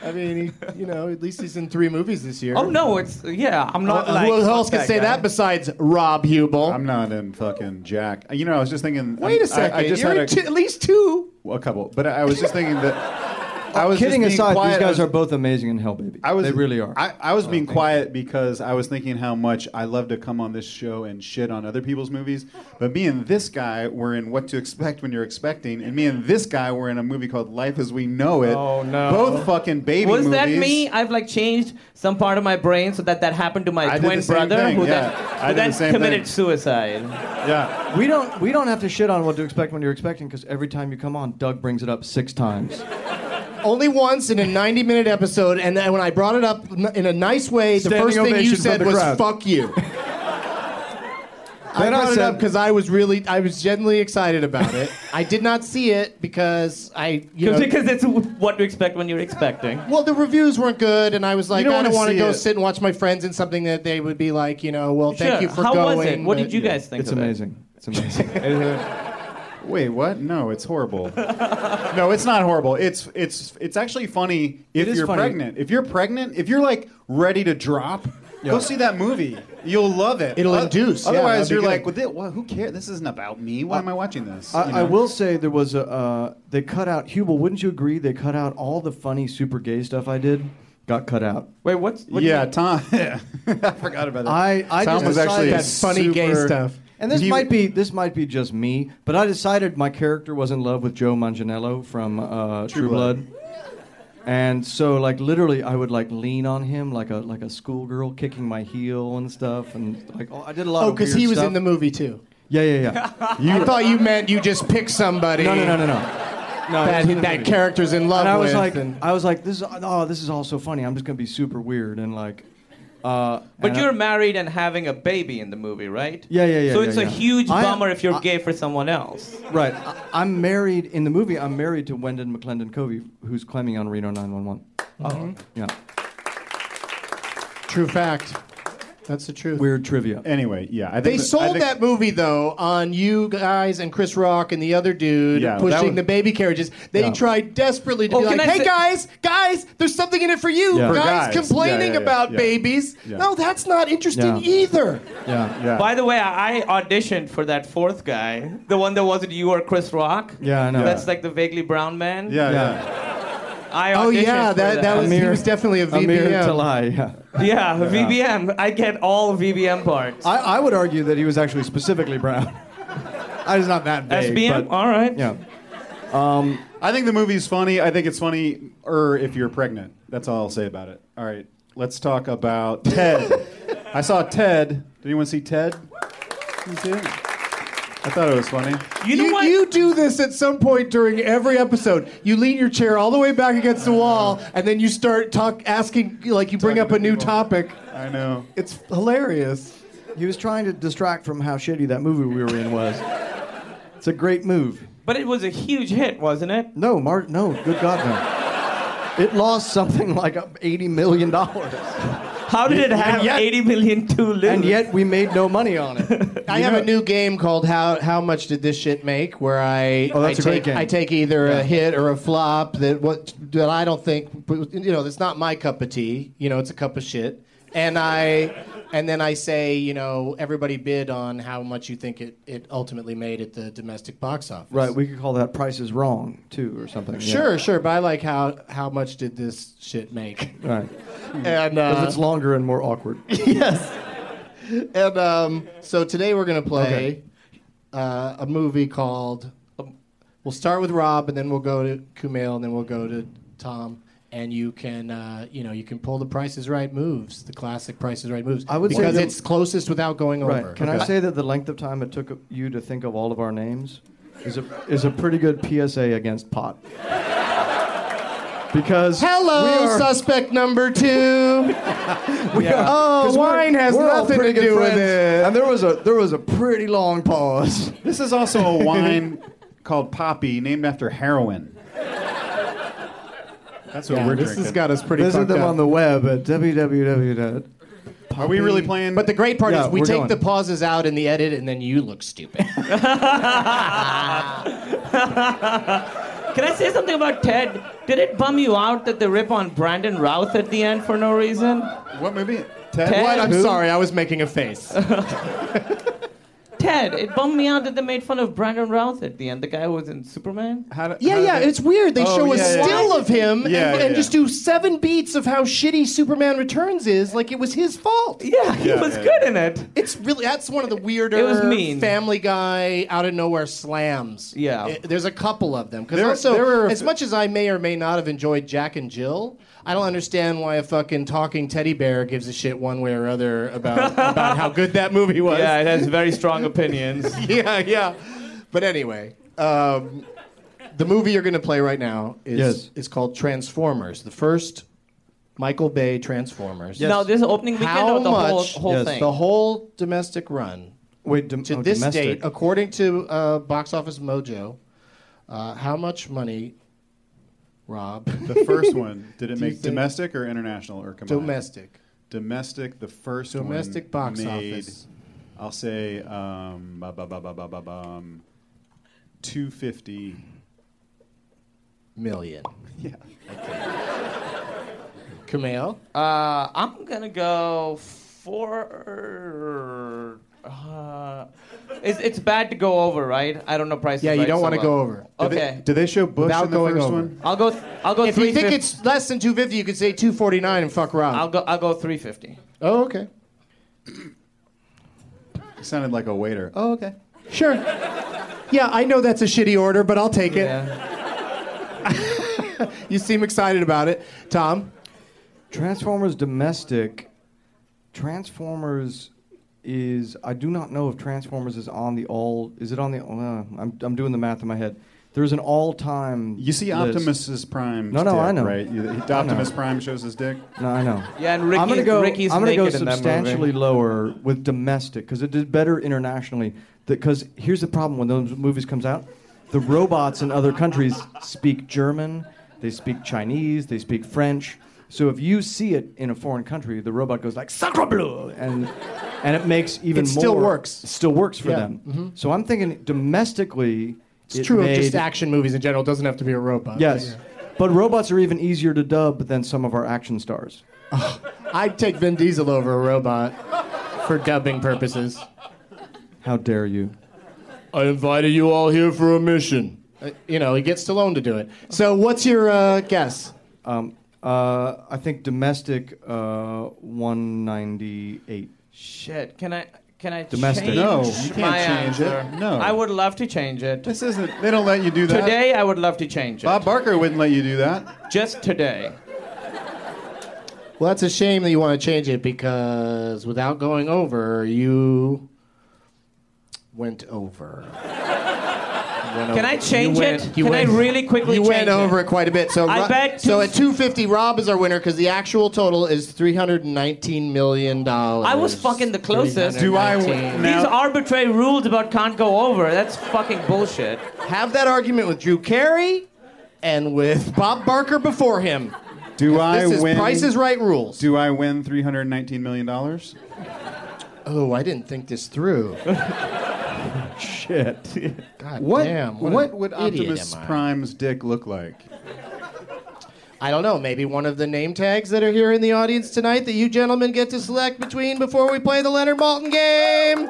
Speaker 3: I mean, he, you know, at least he's in three movies this year.
Speaker 4: Oh no, it's yeah. I'm not
Speaker 3: Uh,
Speaker 4: like.
Speaker 3: who else
Speaker 4: fuck
Speaker 3: can say
Speaker 4: guy.
Speaker 3: that besides Rob Hubel?
Speaker 5: I'm not in fucking Jack. You know, I was just thinking.
Speaker 3: Wait
Speaker 5: I-
Speaker 3: a second.
Speaker 5: I, I just
Speaker 3: You're
Speaker 5: had
Speaker 3: in
Speaker 5: a,
Speaker 3: two- at least two.
Speaker 5: a couple, but I was just thinking that. I was
Speaker 6: Kidding
Speaker 5: just being
Speaker 6: aside,
Speaker 5: quiet.
Speaker 6: these guys
Speaker 5: I
Speaker 6: are
Speaker 5: was-
Speaker 6: both amazing in Hell Baby.
Speaker 5: I was,
Speaker 6: they really are. Oh,
Speaker 5: I, I was being quiet because I was thinking how much I love to come on this show and shit on other people's movies. But me and this guy were in What to Expect When You're Expecting, and me and this guy were in a movie called Life as We Know It.
Speaker 4: Oh, no.
Speaker 5: Both fucking baby
Speaker 4: Was
Speaker 5: movies.
Speaker 4: that me? I've like changed some part of my brain so that that happened to my
Speaker 5: I did
Speaker 4: twin
Speaker 5: the same
Speaker 4: brother
Speaker 5: thing,
Speaker 4: who
Speaker 5: yeah.
Speaker 4: then,
Speaker 5: I
Speaker 4: who
Speaker 5: did the
Speaker 4: then
Speaker 5: same
Speaker 4: committed
Speaker 5: thing.
Speaker 4: suicide.
Speaker 5: Yeah.
Speaker 6: we don't we don't have to shit on what to expect when you're expecting because every time you come on, Doug brings it up six times.
Speaker 3: Only once in a 90 minute episode, and then when I brought it up n- in a nice way, the
Speaker 6: Standing
Speaker 3: first thing
Speaker 6: ovation
Speaker 3: you
Speaker 6: from
Speaker 3: said
Speaker 6: the
Speaker 3: was
Speaker 6: crowd.
Speaker 3: "fuck you." I
Speaker 6: Then I
Speaker 3: brought it
Speaker 6: said-
Speaker 3: up because I was really, I was genuinely excited about it. I did not see it because I, you know,
Speaker 4: Because it's what to expect when you're expecting.
Speaker 3: well, the reviews weren't good, and I was like,
Speaker 5: don't
Speaker 3: I don't
Speaker 5: wanna
Speaker 3: want to
Speaker 5: see
Speaker 3: go
Speaker 5: it.
Speaker 3: sit and watch my friends in something that they would be like, you know, well, thank
Speaker 4: Sure.
Speaker 3: you for
Speaker 4: How
Speaker 3: going.
Speaker 4: was it? What
Speaker 3: but-
Speaker 4: did you guys think
Speaker 6: It's
Speaker 4: of it?
Speaker 6: amazing. It's amazing.
Speaker 5: Wait, what? No, it's horrible. no, it's not horrible. It's it's it's actually funny if
Speaker 6: It is
Speaker 5: you're
Speaker 6: funny.
Speaker 5: pregnant. If you're pregnant, if you're like ready to drop,
Speaker 6: Yeah.
Speaker 5: go see that movie. Youll love it.
Speaker 3: It'll
Speaker 5: Oth-
Speaker 3: induce, yeah, that'd
Speaker 5: Otherwise,
Speaker 3: be
Speaker 5: you're
Speaker 3: good.
Speaker 5: like, well, thi- well, who cares? This isn't about me. Why am I watching this? You
Speaker 6: I, I
Speaker 5: know?
Speaker 6: will say there was a. Uh, they cut out Hubel. Wouldn't you agree? They cut out all the funny super gay stuff I did. Got cut out.
Speaker 4: Wait, what's what
Speaker 5: yeah, Tom. I forgot about that.
Speaker 6: I- I
Speaker 5: Tom
Speaker 6: just
Speaker 5: was actually
Speaker 6: decided that
Speaker 3: funny gay
Speaker 5: super-
Speaker 3: stuff.
Speaker 6: And this
Speaker 5: He-
Speaker 6: might be this might be just me, but I decided my character was in love with Joe Manganiello from uh, True, Blood.
Speaker 5: Blood.
Speaker 6: And so, like literally, I would like lean on him like a like a schoolgirl, kicking my heel and stuff, and like oh, I did a lot.
Speaker 3: Oh,
Speaker 6: of
Speaker 3: because
Speaker 6: weird
Speaker 3: he was
Speaker 6: stuff.
Speaker 3: in the movie too.
Speaker 6: Yeah, yeah, yeah.
Speaker 3: I thought you meant you just picked somebody.
Speaker 6: No, no, no, no, no. No, he
Speaker 3: That,
Speaker 6: was in the
Speaker 3: that
Speaker 6: movie.
Speaker 3: character's in love
Speaker 6: and I
Speaker 3: with.
Speaker 6: was like,
Speaker 3: and-
Speaker 6: I was like, this is oh, this is all so funny. I'm just gonna be super weird and like, uh,
Speaker 4: But
Speaker 6: and
Speaker 4: you're
Speaker 6: I,
Speaker 4: married and having a baby in the movie, right?
Speaker 6: Yeah, yeah, yeah,
Speaker 4: So
Speaker 6: yeah,
Speaker 4: it's a
Speaker 6: yeah.
Speaker 4: huge
Speaker 6: I-
Speaker 4: bummer if you're
Speaker 6: I-
Speaker 4: gay for someone else.
Speaker 6: right. I, am married in the movie. I'm married to Wendon McClendon Covey, who's climbing on Reno 911.
Speaker 4: Oh.
Speaker 3: Mm-hmm.
Speaker 6: Yeah,
Speaker 3: True fact. That's the truth.
Speaker 6: weird trivia.
Speaker 5: Anyway, yeah. I think
Speaker 3: They
Speaker 5: that- I
Speaker 3: sold
Speaker 5: think-
Speaker 3: that movie though on you guys and Chris Rock and the other dude
Speaker 5: Yeah, that
Speaker 3: pushing
Speaker 5: was-
Speaker 3: the baby carriages. They
Speaker 6: Yeah.
Speaker 3: tried desperately to
Speaker 4: Oh,
Speaker 3: be
Speaker 4: can
Speaker 3: like,
Speaker 4: I
Speaker 3: "Hey
Speaker 4: say-
Speaker 3: guys, guys, there's something in it for you,
Speaker 6: Yeah. For
Speaker 3: guys,
Speaker 5: guys.
Speaker 3: complaining
Speaker 5: Yeah, yeah, yeah,
Speaker 3: about
Speaker 5: yeah.
Speaker 3: babies."
Speaker 5: Yeah.
Speaker 3: No, that's not interesting
Speaker 6: Yeah.
Speaker 3: either.
Speaker 6: Yeah,
Speaker 5: Yeah.
Speaker 4: By the way, I I auditioned for that fourth guy, the one that wasn't you or Chris Rock.
Speaker 6: Yeah, I know.
Speaker 4: That's like the vaguely brown man.
Speaker 5: Yeah, yeah.
Speaker 4: I
Speaker 3: Oh
Speaker 4: auditioned
Speaker 3: yeah,
Speaker 4: for
Speaker 3: that, that was he
Speaker 6: Amir-
Speaker 3: was definitely a
Speaker 6: Amir
Speaker 3: VBM.
Speaker 6: Talai. Yeah.
Speaker 4: yeah, VBM. I get all VBM parts.
Speaker 6: I, I would argue that he was actually specifically brown. I was not that big.
Speaker 4: SBM.
Speaker 6: but-
Speaker 4: All right.
Speaker 6: Yeah.
Speaker 5: I think the movie's funny. I think it's funny er if you're pregnant. That's all I'll say about it. All right. Let's talk about Ted. I saw Ted. Did anyone see Ted? Did you see it? I thought it was funny.
Speaker 4: You know
Speaker 3: You,
Speaker 4: what?
Speaker 3: you do this at some point during every episode. You lean your chair all the way back against the wall, and then you start talk asking, like you bring
Speaker 5: Talking
Speaker 3: up
Speaker 5: to
Speaker 3: a new
Speaker 5: people.
Speaker 3: topic.
Speaker 5: I know.
Speaker 3: It's hilarious.
Speaker 6: He was trying to distract from how shitty that movie we were in was. It's a great move.
Speaker 4: But it was a huge hit, wasn't it?
Speaker 6: No, Mar- no, good God, no. It lost something like uh, $80 million.
Speaker 4: How did it have
Speaker 6: and yet-
Speaker 4: 80 million to lose?
Speaker 6: And yet we made no money on it.
Speaker 3: I have a new game called How How Much Did This Shit Make? Where I
Speaker 6: Oh, that's
Speaker 3: I
Speaker 6: a great
Speaker 3: take,
Speaker 6: game.
Speaker 3: I take either a hit or a flop that what that I don't think you know that's not my cup of tea. You know, it's a cup of shit, and I and then I say you know everybody bid on how much you think it, it ultimately made at the domestic box office.
Speaker 6: Right, we could call that Price is Wrong, too, or something. yeah.
Speaker 3: Sure, sure, but I like how how much did this shit make?
Speaker 6: Right.
Speaker 3: and uh,
Speaker 6: Because it's longer and more awkward.
Speaker 3: yes. And um, so today we're going to play uh, a movie called. um, We'll start with Rob, and then we'll go to Kumail, and then we'll go to Tom. And you can, uh, you know, you can pull the Price is Right moves, the classic Price is Right moves.
Speaker 6: I would say
Speaker 3: because
Speaker 6: that-
Speaker 3: it's closest without going over.
Speaker 6: Right. Can I say that the length of time it took you to think of all of our names is a, is a pretty good PSA against pot? because
Speaker 3: Hello,
Speaker 6: we are,
Speaker 3: suspect number two.
Speaker 6: we are- 'cause we're-
Speaker 3: Oh, wine has
Speaker 6: we're all
Speaker 3: nothing
Speaker 6: pretty
Speaker 3: to
Speaker 6: good
Speaker 3: do with
Speaker 6: friends.
Speaker 3: it.
Speaker 6: And there was a there was a pretty long pause.
Speaker 5: This is also a wine called Poppy, named after heroin. That's what we're
Speaker 3: this
Speaker 5: drinking.
Speaker 3: has got us pretty
Speaker 6: Visit
Speaker 3: fucked
Speaker 6: them
Speaker 3: up.
Speaker 6: on the web at www.
Speaker 5: Are we really playing?
Speaker 3: but the great part
Speaker 6: Yeah,
Speaker 3: is we
Speaker 6: we're
Speaker 3: take
Speaker 6: going.
Speaker 3: the pauses out in the edit, and then you look stupid.
Speaker 4: Can I say something about Ted? Did it bum you out that they rip on Brandon Routh at the end for no reason?
Speaker 5: what movie? Ted.
Speaker 4: Ted?
Speaker 3: what? I'm
Speaker 4: Who?
Speaker 3: sorry, I was making a face.
Speaker 4: Ted, it bummed me out that they made fun of Brandon Routh at the end, the guy who was in Superman.
Speaker 5: How do-
Speaker 3: Yeah,
Speaker 5: how do
Speaker 3: yeah,
Speaker 5: they-
Speaker 3: it's weird. They
Speaker 5: Oh,
Speaker 3: show a
Speaker 5: yeah, yeah.
Speaker 3: still of him and,
Speaker 5: Yeah, yeah,
Speaker 3: and just
Speaker 5: yeah.
Speaker 3: do seven beats of how shitty Superman Returns is, like it was his fault.
Speaker 4: Yeah, he
Speaker 5: Yeah,
Speaker 4: was
Speaker 5: yeah,
Speaker 4: good
Speaker 5: yeah.
Speaker 4: in it.
Speaker 3: It's really that's one of the weirder
Speaker 4: It was mean.
Speaker 3: Family Guy out of nowhere slams.
Speaker 4: Yeah.
Speaker 3: I- there's a couple of them because
Speaker 5: There-
Speaker 3: also
Speaker 5: there were a
Speaker 3: as
Speaker 5: f-
Speaker 3: much as I may or may not have enjoyed Jack and Jill, I don't understand why a fucking talking teddy bear gives a shit one way or other about about how good that movie was.
Speaker 4: Yeah, it has very strong opinions.
Speaker 3: yeah, yeah. But anyway, um, the movie you're going to play right now is
Speaker 6: Yes.
Speaker 3: is called Transformers, the first Michael Bay Transformers.
Speaker 4: Now, this opening weekend
Speaker 3: How
Speaker 4: or the
Speaker 3: much
Speaker 4: whole, whole
Speaker 6: Yes,
Speaker 4: thing?
Speaker 3: the whole domestic run
Speaker 6: Wait, dom-
Speaker 3: to
Speaker 6: oh,
Speaker 3: this
Speaker 6: domestic.
Speaker 3: date, according to uh, Box Office Mojo, uh, how much money, Rob,
Speaker 5: The first one. Did
Speaker 3: Do
Speaker 5: it
Speaker 3: you
Speaker 5: make
Speaker 3: think-
Speaker 5: domestic or international or combined?
Speaker 3: domestic?
Speaker 5: Domestic. The first
Speaker 3: Domestic
Speaker 5: one
Speaker 3: box
Speaker 5: made,
Speaker 3: office.
Speaker 5: I'll say um, ba, ba, ba, ba, ba, ba, bum, 250.
Speaker 3: Million. Yeah. Camille?
Speaker 4: Uh, I'm gonna go four. Uh, it's, it's bad to go over, right? I don't know prices.
Speaker 3: Yeah, you
Speaker 4: right,
Speaker 3: don't
Speaker 4: so
Speaker 3: want to
Speaker 4: well.
Speaker 3: go over.
Speaker 5: Did they-
Speaker 4: Okay,
Speaker 5: Did they show Bush
Speaker 3: Without
Speaker 5: in the
Speaker 3: going
Speaker 5: first
Speaker 3: over.
Speaker 5: one?
Speaker 4: I'll go. I'll go.
Speaker 3: If you think
Speaker 4: 350.
Speaker 3: it's less than 250, you could say 249 and fuck Rob.
Speaker 4: I'll go. I'll go 350.
Speaker 3: oh, okay.
Speaker 5: It sounded like a waiter.
Speaker 3: Oh, okay. Sure. Yeah, I know that's a shitty order, but I'll take it.
Speaker 4: Yeah.
Speaker 3: You seem excited about it, Tom.
Speaker 6: Transformers domestic. Transformers is I do not know if Transformers is on the all. Is it on the? Uh, I'm I'm doing the math in my head. There's an all-time.
Speaker 5: You see
Speaker 6: list.
Speaker 5: Optimus Prime.
Speaker 6: No, no,
Speaker 5: dick,
Speaker 6: I know.
Speaker 5: Right? You- he- Optimus Prime shows his dick.
Speaker 6: No, I know.
Speaker 4: Yeah, and Ricky,
Speaker 6: I'm gonna go.
Speaker 4: Ricky's
Speaker 6: I'm gonna go
Speaker 4: naked in that movie.
Speaker 6: substantially lower with domestic because it did better internationally. Because here's the problem: when those movies comes out, the robots in other countries speak German, they speak Chinese, they speak French. So if you see it in a foreign country, the robot goes like "Sacre bleu!" and and it makes even
Speaker 3: It
Speaker 6: more.
Speaker 3: still works.
Speaker 6: Still works for
Speaker 3: Yeah, Mm-hmm.
Speaker 6: them. So I'm thinking domestically.
Speaker 3: It's true
Speaker 6: made,
Speaker 3: of just action movies in general. It doesn't have to be a robot.
Speaker 6: Yes, but robots are even easier to dub than some of our action stars.
Speaker 3: I'd take Vin Diesel over a robot for dubbing purposes.
Speaker 6: How dare you?
Speaker 3: I invited you all here for a mission. Uh, you know, he gets Stallone to do it. So, what's your uh, guess?
Speaker 6: Um, uh, I think domestic uh, 198.
Speaker 4: Shit. Can I? Can I
Speaker 6: Domestic.
Speaker 4: change
Speaker 5: No, you can't
Speaker 4: my
Speaker 5: change it.
Speaker 4: answer?
Speaker 5: No.
Speaker 4: I would love to change it.
Speaker 5: This isn't. They don't let you do that.
Speaker 4: Today, I would love to change it.
Speaker 5: Bob Barker wouldn't let you do that.
Speaker 4: Just today.
Speaker 3: Well, that's a shame that you want to change it because without going over, you went over.
Speaker 4: Can I change
Speaker 3: went-
Speaker 4: it?
Speaker 3: you
Speaker 4: Can
Speaker 3: went-
Speaker 4: I really quickly
Speaker 3: You
Speaker 4: change
Speaker 3: went over
Speaker 4: it?
Speaker 3: it quite a bit. So
Speaker 4: I
Speaker 3: Ro-
Speaker 4: bet
Speaker 3: so
Speaker 4: two-
Speaker 3: at 250, Rob is our winner because the actual total is 319 million dollars.
Speaker 4: I was fucking the closest.
Speaker 5: Do I
Speaker 4: These
Speaker 5: now?
Speaker 4: arbitrary rules about can't go over. That's fucking bullshit.
Speaker 3: have that argument with Drew Carey and with Bob Barker before him?
Speaker 5: do I
Speaker 3: This is
Speaker 5: win?
Speaker 3: Price is Right rules.
Speaker 5: Do I win three hundred nineteen million dollars?
Speaker 3: oh, I didn't think this through.
Speaker 6: Shit.
Speaker 3: God
Speaker 5: What?
Speaker 3: damn.
Speaker 5: what,
Speaker 3: What, an
Speaker 5: would
Speaker 3: idiot
Speaker 5: Optimus
Speaker 3: am I?
Speaker 5: Prime's dick look like?
Speaker 3: I don't know. Maybe one of the name tags that are here in the audience tonight that you gentlemen get to select between before we play the Leonard Malton game.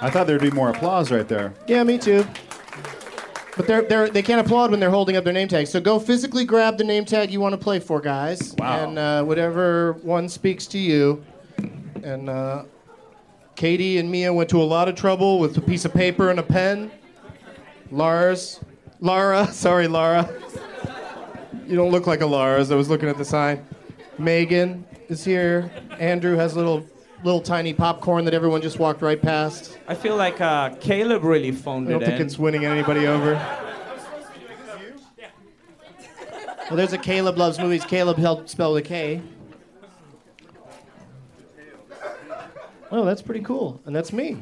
Speaker 5: I thought there'd be more applause right there.
Speaker 3: Yeah, me too. But they're, they're, they can't applaud when they're holding up their name tags. So go physically grab the name tag you want to play for, guys.
Speaker 5: Wow.
Speaker 3: And uh, whatever one speaks to you. And uh, Katie and Mia went to a lot of trouble with a piece of paper and a pen. Lars, Lara, sorry, Lara. You don't look like a Lara as I was looking at the sign. Megan is here. Andrew has a little, little tiny popcorn that everyone just walked right past.
Speaker 4: I feel like uh, Caleb really phoned
Speaker 3: I don't
Speaker 4: it
Speaker 3: think
Speaker 4: in.
Speaker 3: it's winning anybody over. Well, there's a Caleb Loves Movies. Caleb helped spell the K. Oh, that's pretty cool. And that's me.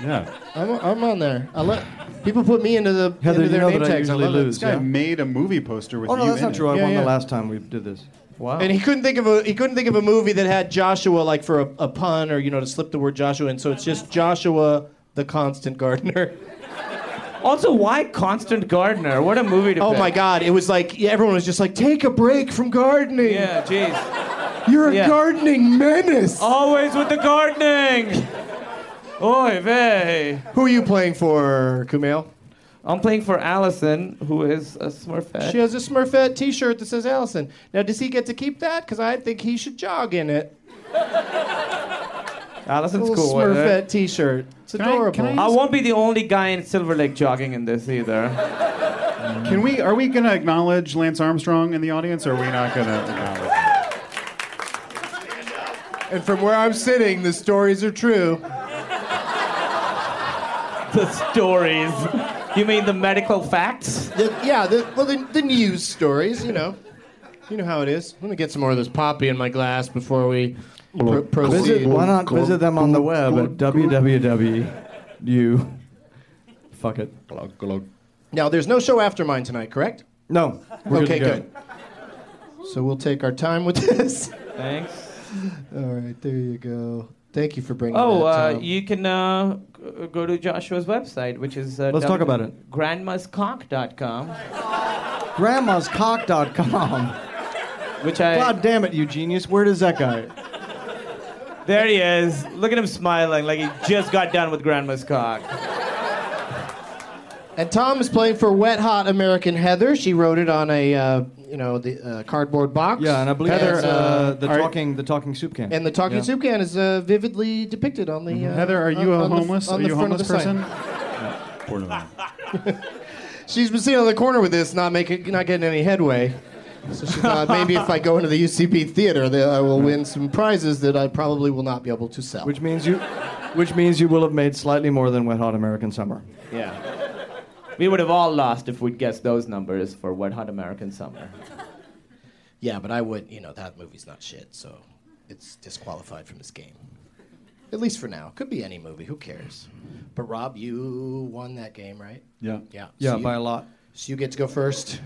Speaker 5: Yeah.
Speaker 3: I'm, I'm on there. I let people put me into the into
Speaker 6: Heather, you
Speaker 3: their
Speaker 6: know
Speaker 3: name
Speaker 6: that I
Speaker 3: tags.
Speaker 6: usually
Speaker 3: love it.
Speaker 6: lose.
Speaker 5: This guy
Speaker 6: Yeah.
Speaker 5: made a movie poster with
Speaker 6: Oh no,
Speaker 5: you
Speaker 6: that's
Speaker 5: in
Speaker 6: not true. I
Speaker 3: Yeah,
Speaker 6: won
Speaker 3: yeah.
Speaker 6: the last time we did this. Wow.
Speaker 3: And he couldn't think of a he couldn't think of a movie that had Joshua like for a, a pun or you know to slip the word Joshua in. So it's just Joshua the Constant Gardener.
Speaker 4: Also, why Constant Gardener? What a movie to
Speaker 3: Oh
Speaker 4: pick.
Speaker 3: my God! It was like yeah, everyone was just like, take a break from gardening.
Speaker 4: Yeah, jeez.
Speaker 3: You're a
Speaker 4: yeah. Oh.
Speaker 3: gardening menace.
Speaker 4: Always with the gardening. Oy vey.
Speaker 3: Who are you playing for, Kumail?
Speaker 4: I'm playing for Allison, who is a Smurfette.
Speaker 3: She has a Smurfette T-shirt that says Allison. Now, does he get to keep that? Because I think he should jog in it.
Speaker 4: Allison's
Speaker 3: Little
Speaker 4: cool. with it.
Speaker 3: Smurfette T-shirt. It's
Speaker 5: I-
Speaker 3: adorable.
Speaker 5: can
Speaker 4: I won't be the only guy in Silver Lake jogging in this either.
Speaker 5: it. Can we? Are we gonna acknowledge Lance Armstrong in the audience? or Are we not gonna acknowledge? him?
Speaker 3: and from where I'm sitting, the stories are true.
Speaker 4: the stories. You mean the medical facts?
Speaker 3: The, yeah, the, well, the, the news stories, you know. You know how it is. Let me get some more of this poppy in my glass before we pro-
Speaker 6: Visit,
Speaker 3: proceed.
Speaker 6: why not visit them on the web at www. Fuck it.
Speaker 3: Now, there's no show after mine tonight, correct?
Speaker 6: No. We're
Speaker 3: okay,
Speaker 6: to go.
Speaker 3: good. So we'll take our time with this.
Speaker 4: Thanks.
Speaker 3: All right, there you go. Thank you for bringing that,
Speaker 4: Oh, uh,
Speaker 3: Tom.
Speaker 4: you can uh, g- go to Joshua's website, which is uh,
Speaker 6: Let's talk about it.
Speaker 4: Grandmascock.com,
Speaker 6: Grandmascock.com.
Speaker 4: which I
Speaker 6: God damn it, you genius. Where does that guy?
Speaker 4: there he is. Look at him smiling, like he just got done with Grandma's cock.
Speaker 3: And Tom is playing for Wet Hot American Heather. She wrote it on a uh, you know the uh, cardboard box.
Speaker 6: Yeah, and I believe
Speaker 3: Heather,
Speaker 6: that's, uh, the
Speaker 5: are-
Speaker 6: talking the talking soup can.
Speaker 3: and the talking
Speaker 6: Yeah.
Speaker 3: soup can is uh, vividly depicted on the. Uh,
Speaker 5: Mm-hmm. Heather, are you
Speaker 3: on-
Speaker 5: a
Speaker 3: on the-
Speaker 5: homeless?
Speaker 3: on
Speaker 5: Are
Speaker 3: the
Speaker 5: you a
Speaker 3: front of
Speaker 5: homeless
Speaker 3: the sign.
Speaker 5: person?
Speaker 3: She's been sitting on the corner with this, not making, not getting any headway. So she thought maybe if I go into the UCB theater, that I will win some prizes that I probably will not be able to sell.
Speaker 6: Which means you which means you will have made slightly more than Wet Hot American Summer.
Speaker 4: Yeah. We would have all lost if we'd guessed those numbers for Wet Hot American Summer.
Speaker 3: yeah, but I would, you know, that movie's not shit, so it's disqualified from this game. At least for now. Could be any movie. Who cares? But Rob, you won that game, right?
Speaker 5: Yeah.
Speaker 3: Yeah.
Speaker 6: Yeah,
Speaker 3: so you-
Speaker 6: by a lot.
Speaker 3: So you get to go first.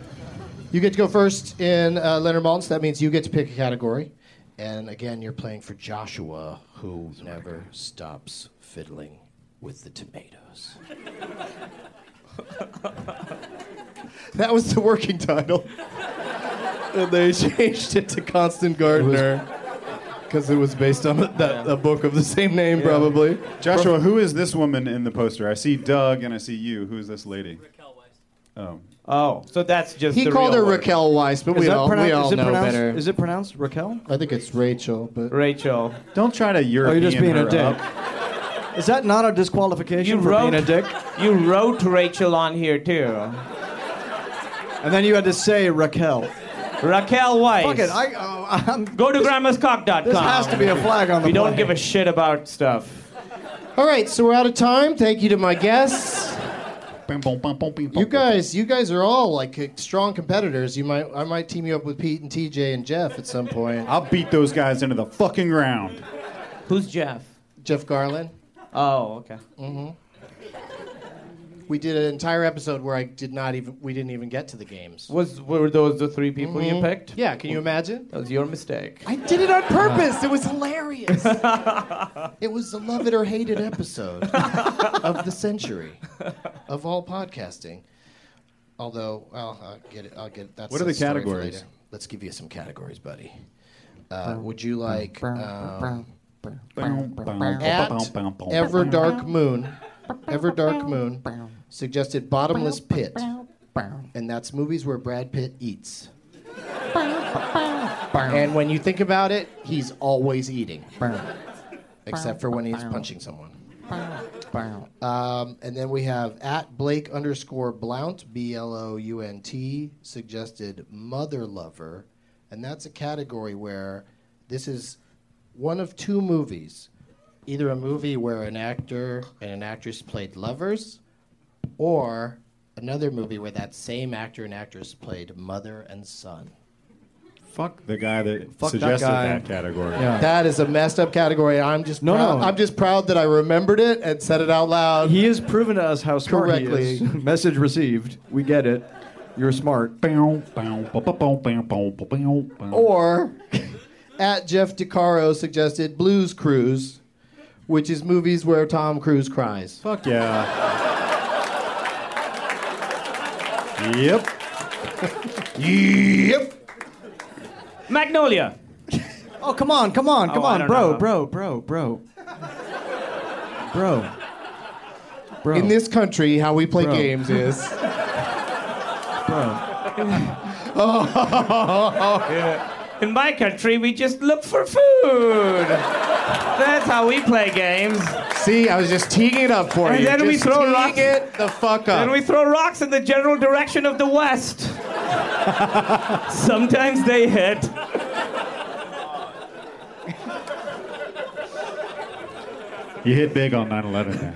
Speaker 3: You get to go first in uh, Leonard Maltz. That means you get to pick a category. And again, you're playing for Joshua, who never stops fiddling with the tomatoes. that was the working title. and they changed it to Constant Gardener because it was based on that, a book of the same name, probably.
Speaker 5: Joshua, who is this woman in the poster? I see Doug and I see you. Who is this lady? Oh.
Speaker 4: Oh, so that's just
Speaker 3: He
Speaker 4: the
Speaker 3: called
Speaker 4: real
Speaker 3: her
Speaker 4: word.
Speaker 3: Raquel Weiss, but we
Speaker 6: that
Speaker 3: all, we
Speaker 6: pronoun-
Speaker 3: all
Speaker 6: is it
Speaker 3: know
Speaker 6: pronounced-
Speaker 3: better.
Speaker 6: Is it pronounced Raquel? Oh,
Speaker 3: I think it's Rachel, but
Speaker 4: Rachel.
Speaker 3: Oh,
Speaker 5: Don't try to European
Speaker 6: you're just being
Speaker 5: her
Speaker 6: a dick.
Speaker 5: up.
Speaker 6: Is that not a disqualification
Speaker 4: You
Speaker 6: for
Speaker 4: wrote
Speaker 6: being a dick?
Speaker 4: You wrote Rachel on here too.
Speaker 6: And then you had to say Raquel.
Speaker 4: Raquel Weiss.
Speaker 6: Fuck it, I, oh, I'm.
Speaker 4: Go to grandmascock.com.
Speaker 6: This has to be a flag on the.
Speaker 4: We don't
Speaker 6: play.
Speaker 4: give a shit about stuff.
Speaker 3: All right, so we're out of time. Thank you to my guests. You guys, you guys are all like uh, strong competitors. You might, I might team you up with Pete and TJ and Jeff at some point.
Speaker 5: I'll beat those guys into the fucking ground.
Speaker 4: Who's Jeff?
Speaker 3: Jeff Garland.
Speaker 4: Oh, okay.
Speaker 3: We did an entire episode where I did not even, we didn't even get to the games.
Speaker 4: Was were those the three people you
Speaker 6: Mm-hmm.
Speaker 4: picked?
Speaker 3: Yeah, can you imagine?
Speaker 4: That was your mistake.
Speaker 3: I did it on purpose. It was hilarious. it was a love it or hate it episode of the century of all podcasting. Although, well, I'll get it. I'll get it. That's
Speaker 5: What are
Speaker 3: a
Speaker 5: the
Speaker 3: story for
Speaker 5: categories?
Speaker 3: later. Let's give you some categories, buddy. Uh, would you like um, at Ever Dark Moon? Ever Dark Moon suggested Bottomless Pit, and that's movies where Brad Pitt eats. And when you think about it, he's always eating, except for when he's punching someone.
Speaker 6: Ah.
Speaker 3: Um, and then we have at Blake underscore Blount, B L O U N T, suggested Mother Lover. And that's a category where this is one of two movies either a movie where an actor and an actress played lovers or another movie where that same actor and actress played mother and son.
Speaker 5: Fuck the guy that
Speaker 6: Fuck that
Speaker 5: suggested
Speaker 6: guy.
Speaker 5: that, category.
Speaker 6: Yeah.
Speaker 3: That is a messed up category. I'm just
Speaker 6: No,
Speaker 3: proud,
Speaker 6: no.
Speaker 3: I'm just proud that I remembered it and said it out loud.
Speaker 6: He has proven to us how smart he
Speaker 3: Correctly.
Speaker 6: is. Message received. We get it. You're smart.
Speaker 5: Or
Speaker 3: Or at Jeff DiCaro suggested Blues Cruise, which is movies where Tom Cruise cries.
Speaker 5: fuck yeah. yep. yep.
Speaker 4: Magnolia.
Speaker 6: Oh, come on, come on, come
Speaker 4: I
Speaker 6: on,
Speaker 4: don't
Speaker 6: bro,
Speaker 4: know.
Speaker 6: bro, bro, bro, bro, bro.
Speaker 3: In this country, how we play
Speaker 6: Bro.
Speaker 3: games is
Speaker 6: bro.
Speaker 4: In my country, we just look for food. That's how we play games.
Speaker 3: see, I was just teeing it up for
Speaker 4: And
Speaker 3: you.
Speaker 4: then we
Speaker 3: Just
Speaker 4: throw
Speaker 3: teeing
Speaker 4: rocks-
Speaker 3: it the fuck up.
Speaker 4: And we throw rocks in the general direction of the west. Sometimes they hit.
Speaker 5: You hit big on 9 11, man.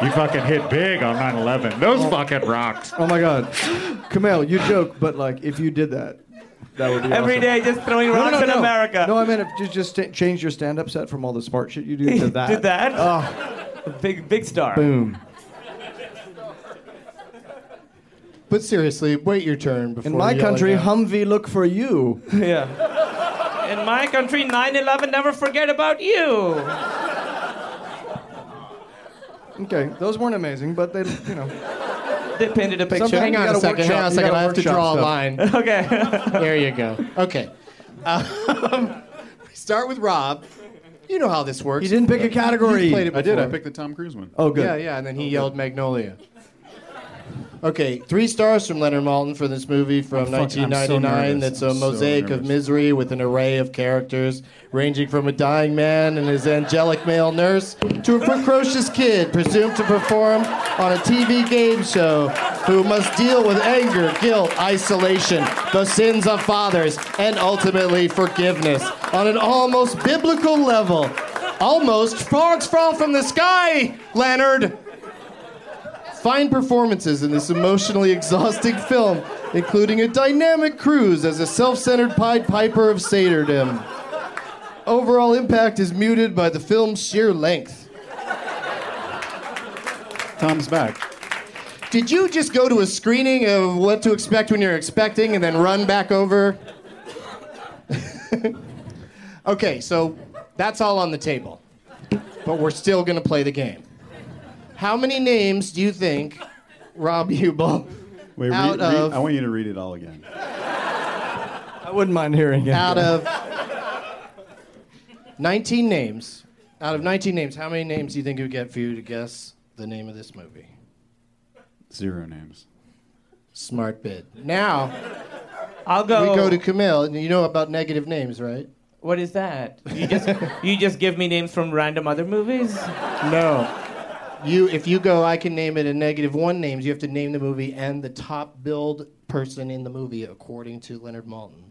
Speaker 5: You fucking hit big on 9 11. Those fucking rocks.
Speaker 6: Oh my God, Camille, you joke, but like if you did that, that would be
Speaker 4: Every
Speaker 6: awesome.
Speaker 4: day, just throwing
Speaker 6: No, no,
Speaker 4: rocks
Speaker 6: no,
Speaker 4: in
Speaker 6: no.
Speaker 4: America.
Speaker 6: No, I meant if you just t- change your stand-up set from all the smart shit you do to that.
Speaker 4: Did that?
Speaker 6: Oh,
Speaker 4: Big, big star.
Speaker 6: boom.
Speaker 3: but seriously, wait your turn before
Speaker 6: In my
Speaker 3: you yell
Speaker 6: country,
Speaker 3: again.
Speaker 6: Humvee look for you.
Speaker 4: Yeah. In my country, 9 11, never forget about you.
Speaker 6: Okay, those weren't amazing, but they, you know.
Speaker 4: They painted a picture.
Speaker 6: Sometimes
Speaker 3: Hang
Speaker 6: you
Speaker 3: on
Speaker 6: gotta
Speaker 3: a second.
Speaker 6: workshop-
Speaker 3: Hang on a
Speaker 6: you
Speaker 3: second.
Speaker 6: gotta
Speaker 3: I have to
Speaker 6: workshop
Speaker 3: draw a
Speaker 6: stuff.
Speaker 3: line.
Speaker 4: Okay.
Speaker 3: There you go. Okay. Um, we start with Rob. You know how this works.
Speaker 6: You didn't pick a category.
Speaker 3: You've played it
Speaker 5: I did. I
Speaker 3: before.
Speaker 5: picked the Tom Cruise one.
Speaker 6: Oh, good.
Speaker 3: Yeah, yeah, and then he yelled Magnolia. Okay, three stars from Leonard Maltin for this movie from
Speaker 5: I'm fucking- I'm so
Speaker 3: 1999.
Speaker 5: nervous.
Speaker 3: that's a
Speaker 5: I'm so
Speaker 3: mosaic of
Speaker 5: nervous.
Speaker 3: misery with an array of characters, ranging from a dying man and his angelic male nurse to a precocious kid presumed to perform on a TV game show who must deal with anger, guilt, isolation, the sins of fathers, and ultimately forgiveness on an almost biblical level. Almost frogs fall from the sky, Leonard. Fine performances in this emotionally exhausting film, including a dynamic cruise as a self centered Pied Piper of Satyrdom. Overall impact is muted by the film's sheer length.
Speaker 5: Tom's back.
Speaker 3: Did you just go to a screening of what to expect when you're expecting and then run back over? okay, so that's all on the table. But we're still going to play the game. How many names do you think Rob Hubel
Speaker 5: Wait, read-
Speaker 3: Out
Speaker 5: read-
Speaker 3: of-
Speaker 5: I want you to read it all again.
Speaker 6: I wouldn't mind hearing it.
Speaker 3: out of 19 names, out of 19 names, how many names do you think it would get for you to guess the name of this movie?
Speaker 5: Zero names.
Speaker 3: Smart bid. Now
Speaker 4: I'll go.
Speaker 3: we go to Camille, and you know about negative names, right?
Speaker 4: What is that? You just, you just give me names from random other movies?
Speaker 3: No. You, if you go, I can name it a negative one names. You have to name the movie and the top billed person in the movie according to Leonard Maltin.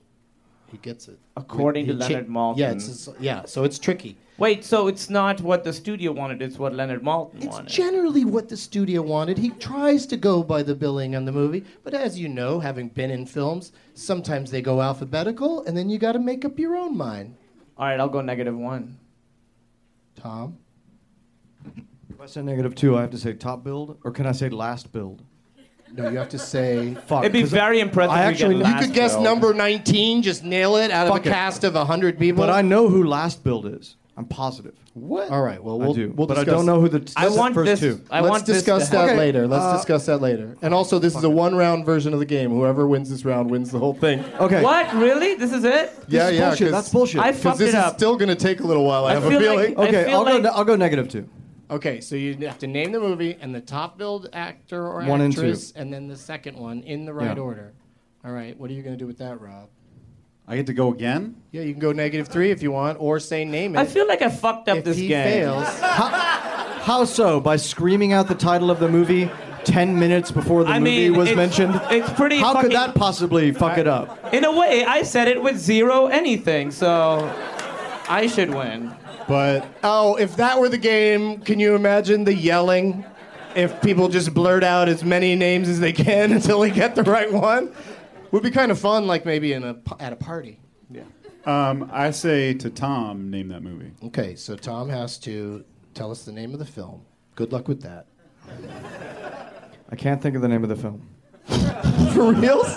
Speaker 3: He gets it.
Speaker 4: According
Speaker 3: He
Speaker 4: to
Speaker 3: cha-
Speaker 4: Leonard Maltin.
Speaker 3: Yeah, it's, it's- yeah. So it's tricky.
Speaker 4: Wait, so it's not what the studio wanted, it's what Leonard Maltin
Speaker 3: It's
Speaker 4: wanted.
Speaker 3: generally what the studio wanted. He tries to go by the billing on the movie, but as you know, having been in films, sometimes they go alphabetical, and then you got to make up your own mind.
Speaker 4: All right, I'll go negative one.
Speaker 3: Tom,
Speaker 6: If I say negative two, I have to say top build, or can I say last build?
Speaker 3: no, you have to say.
Speaker 6: Fuck.
Speaker 4: It'd be
Speaker 6: 'cause
Speaker 4: very impressive
Speaker 6: I
Speaker 4: if you
Speaker 6: actually-
Speaker 4: get
Speaker 6: you
Speaker 3: You
Speaker 4: last
Speaker 3: could guess
Speaker 4: though.
Speaker 3: number 19, just nail it out
Speaker 6: Fuck
Speaker 3: of a
Speaker 6: it.
Speaker 3: cast of 100 people.
Speaker 6: But I know who last build is. I'm positive.
Speaker 3: What? All right, well, we'll,
Speaker 6: I do.
Speaker 3: we'll
Speaker 6: but
Speaker 3: discuss.
Speaker 6: I don't know who the
Speaker 4: I want this.
Speaker 6: first two.
Speaker 4: I
Speaker 3: Let's
Speaker 4: want this to
Speaker 3: discuss
Speaker 4: happen.
Speaker 3: that
Speaker 6: Okay,
Speaker 3: later. Let's
Speaker 6: uh,
Speaker 3: discuss that later. And also, this is a one-round version of the game. Whoever wins this round wins the whole thing.
Speaker 6: Okay.
Speaker 4: What? Really? This is it?
Speaker 6: This
Speaker 3: Yeah,
Speaker 6: is
Speaker 3: yeah,
Speaker 6: Bullshit.
Speaker 3: 'cause
Speaker 6: That's bullshit.
Speaker 4: I
Speaker 3: Because
Speaker 4: fucked
Speaker 3: this
Speaker 4: it
Speaker 3: is
Speaker 4: up.
Speaker 3: still going to take a little while. I,
Speaker 4: I
Speaker 3: have a
Speaker 4: feel like-
Speaker 3: feeling.
Speaker 4: I
Speaker 6: okay,
Speaker 4: feel
Speaker 6: I'll
Speaker 4: like-
Speaker 6: go. I'll go negative two.
Speaker 3: Okay, so you have to name the movie and the top billed actor or
Speaker 6: One and two.
Speaker 3: actress, and, then the second one in the right
Speaker 6: Yeah.
Speaker 3: order. All right, what are you going to do with that, Rob?
Speaker 5: I get to go again?
Speaker 3: Yeah, you can go negative three if you want, or say name it.
Speaker 4: I feel like I fucked up
Speaker 3: if
Speaker 4: this
Speaker 3: he
Speaker 4: game.
Speaker 3: fails,
Speaker 6: How so? By screaming out the title of the movie ten minutes before the
Speaker 4: I
Speaker 6: movie
Speaker 4: mean,
Speaker 6: was
Speaker 4: it's-
Speaker 6: mentioned.
Speaker 4: it's pretty
Speaker 6: How
Speaker 4: fucking-
Speaker 6: could that possibly fuck it up?
Speaker 4: In a way, I said it with zero anything, so I should win.
Speaker 5: But
Speaker 3: oh, if that were the game, can you imagine the yelling? if people just blurt out as many names as they can until they get the right one. Would be kind of fun, like maybe in a, p- at a party.
Speaker 5: Um, I say to Tom, name that movie.
Speaker 3: Okay, so Tom has to tell us the name of the film. Good luck with that.
Speaker 6: I can't think of the name of the film.
Speaker 3: For reals?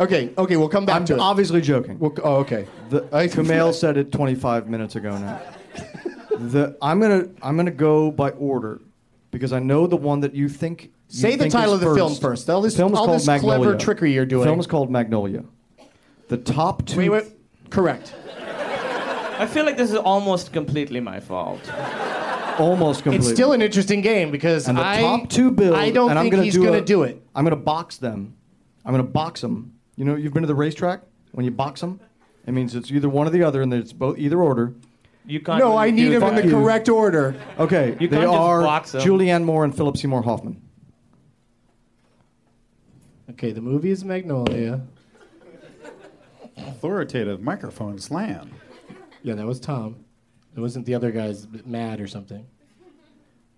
Speaker 3: Okay, okay, we'll come back
Speaker 6: I'm
Speaker 3: to it.
Speaker 6: obviously joking.
Speaker 3: We'll c- oh, okay.
Speaker 6: The,
Speaker 3: I-
Speaker 6: Kumail said it 25 minutes ago now. The, I'm gonna I'm gonna go by order because I know the one that you think. you
Speaker 3: Say the
Speaker 6: think
Speaker 3: title
Speaker 6: is
Speaker 3: of the film first. All this-
Speaker 6: film is
Speaker 3: all
Speaker 6: called
Speaker 3: this clever
Speaker 6: Magnolia.
Speaker 3: trickery you're doing.
Speaker 6: Film is called Magnolia. The top two.
Speaker 3: Wait, wait. Correct.
Speaker 4: I feel like this is almost completely my fault.
Speaker 6: Almost complete.
Speaker 3: It's still an interesting game because
Speaker 6: and the
Speaker 3: I,
Speaker 6: top two build.
Speaker 3: I don't
Speaker 6: and I'm
Speaker 3: think
Speaker 6: gonna
Speaker 3: he's
Speaker 6: do
Speaker 3: going to
Speaker 6: a-
Speaker 3: do it.
Speaker 6: I'm gonna box them. I'm gonna box them. You know, you've been to the racetrack. When you box them, it means it's either one or the other, and it's both either order.
Speaker 4: You can't.
Speaker 3: No,
Speaker 4: really
Speaker 3: I need
Speaker 4: do
Speaker 3: him in
Speaker 4: that.
Speaker 3: the
Speaker 6: you.
Speaker 3: correct order.
Speaker 6: Okay,
Speaker 4: You
Speaker 6: they
Speaker 4: can't just
Speaker 6: are
Speaker 4: box 'em.
Speaker 6: Julianne Moore and Philip Seymour Hoffman.
Speaker 3: Okay, the movie is Magnolia.
Speaker 5: Authoritative microphone slam.
Speaker 3: Yeah, that was Tom. It wasn't the other guys b- mad or something.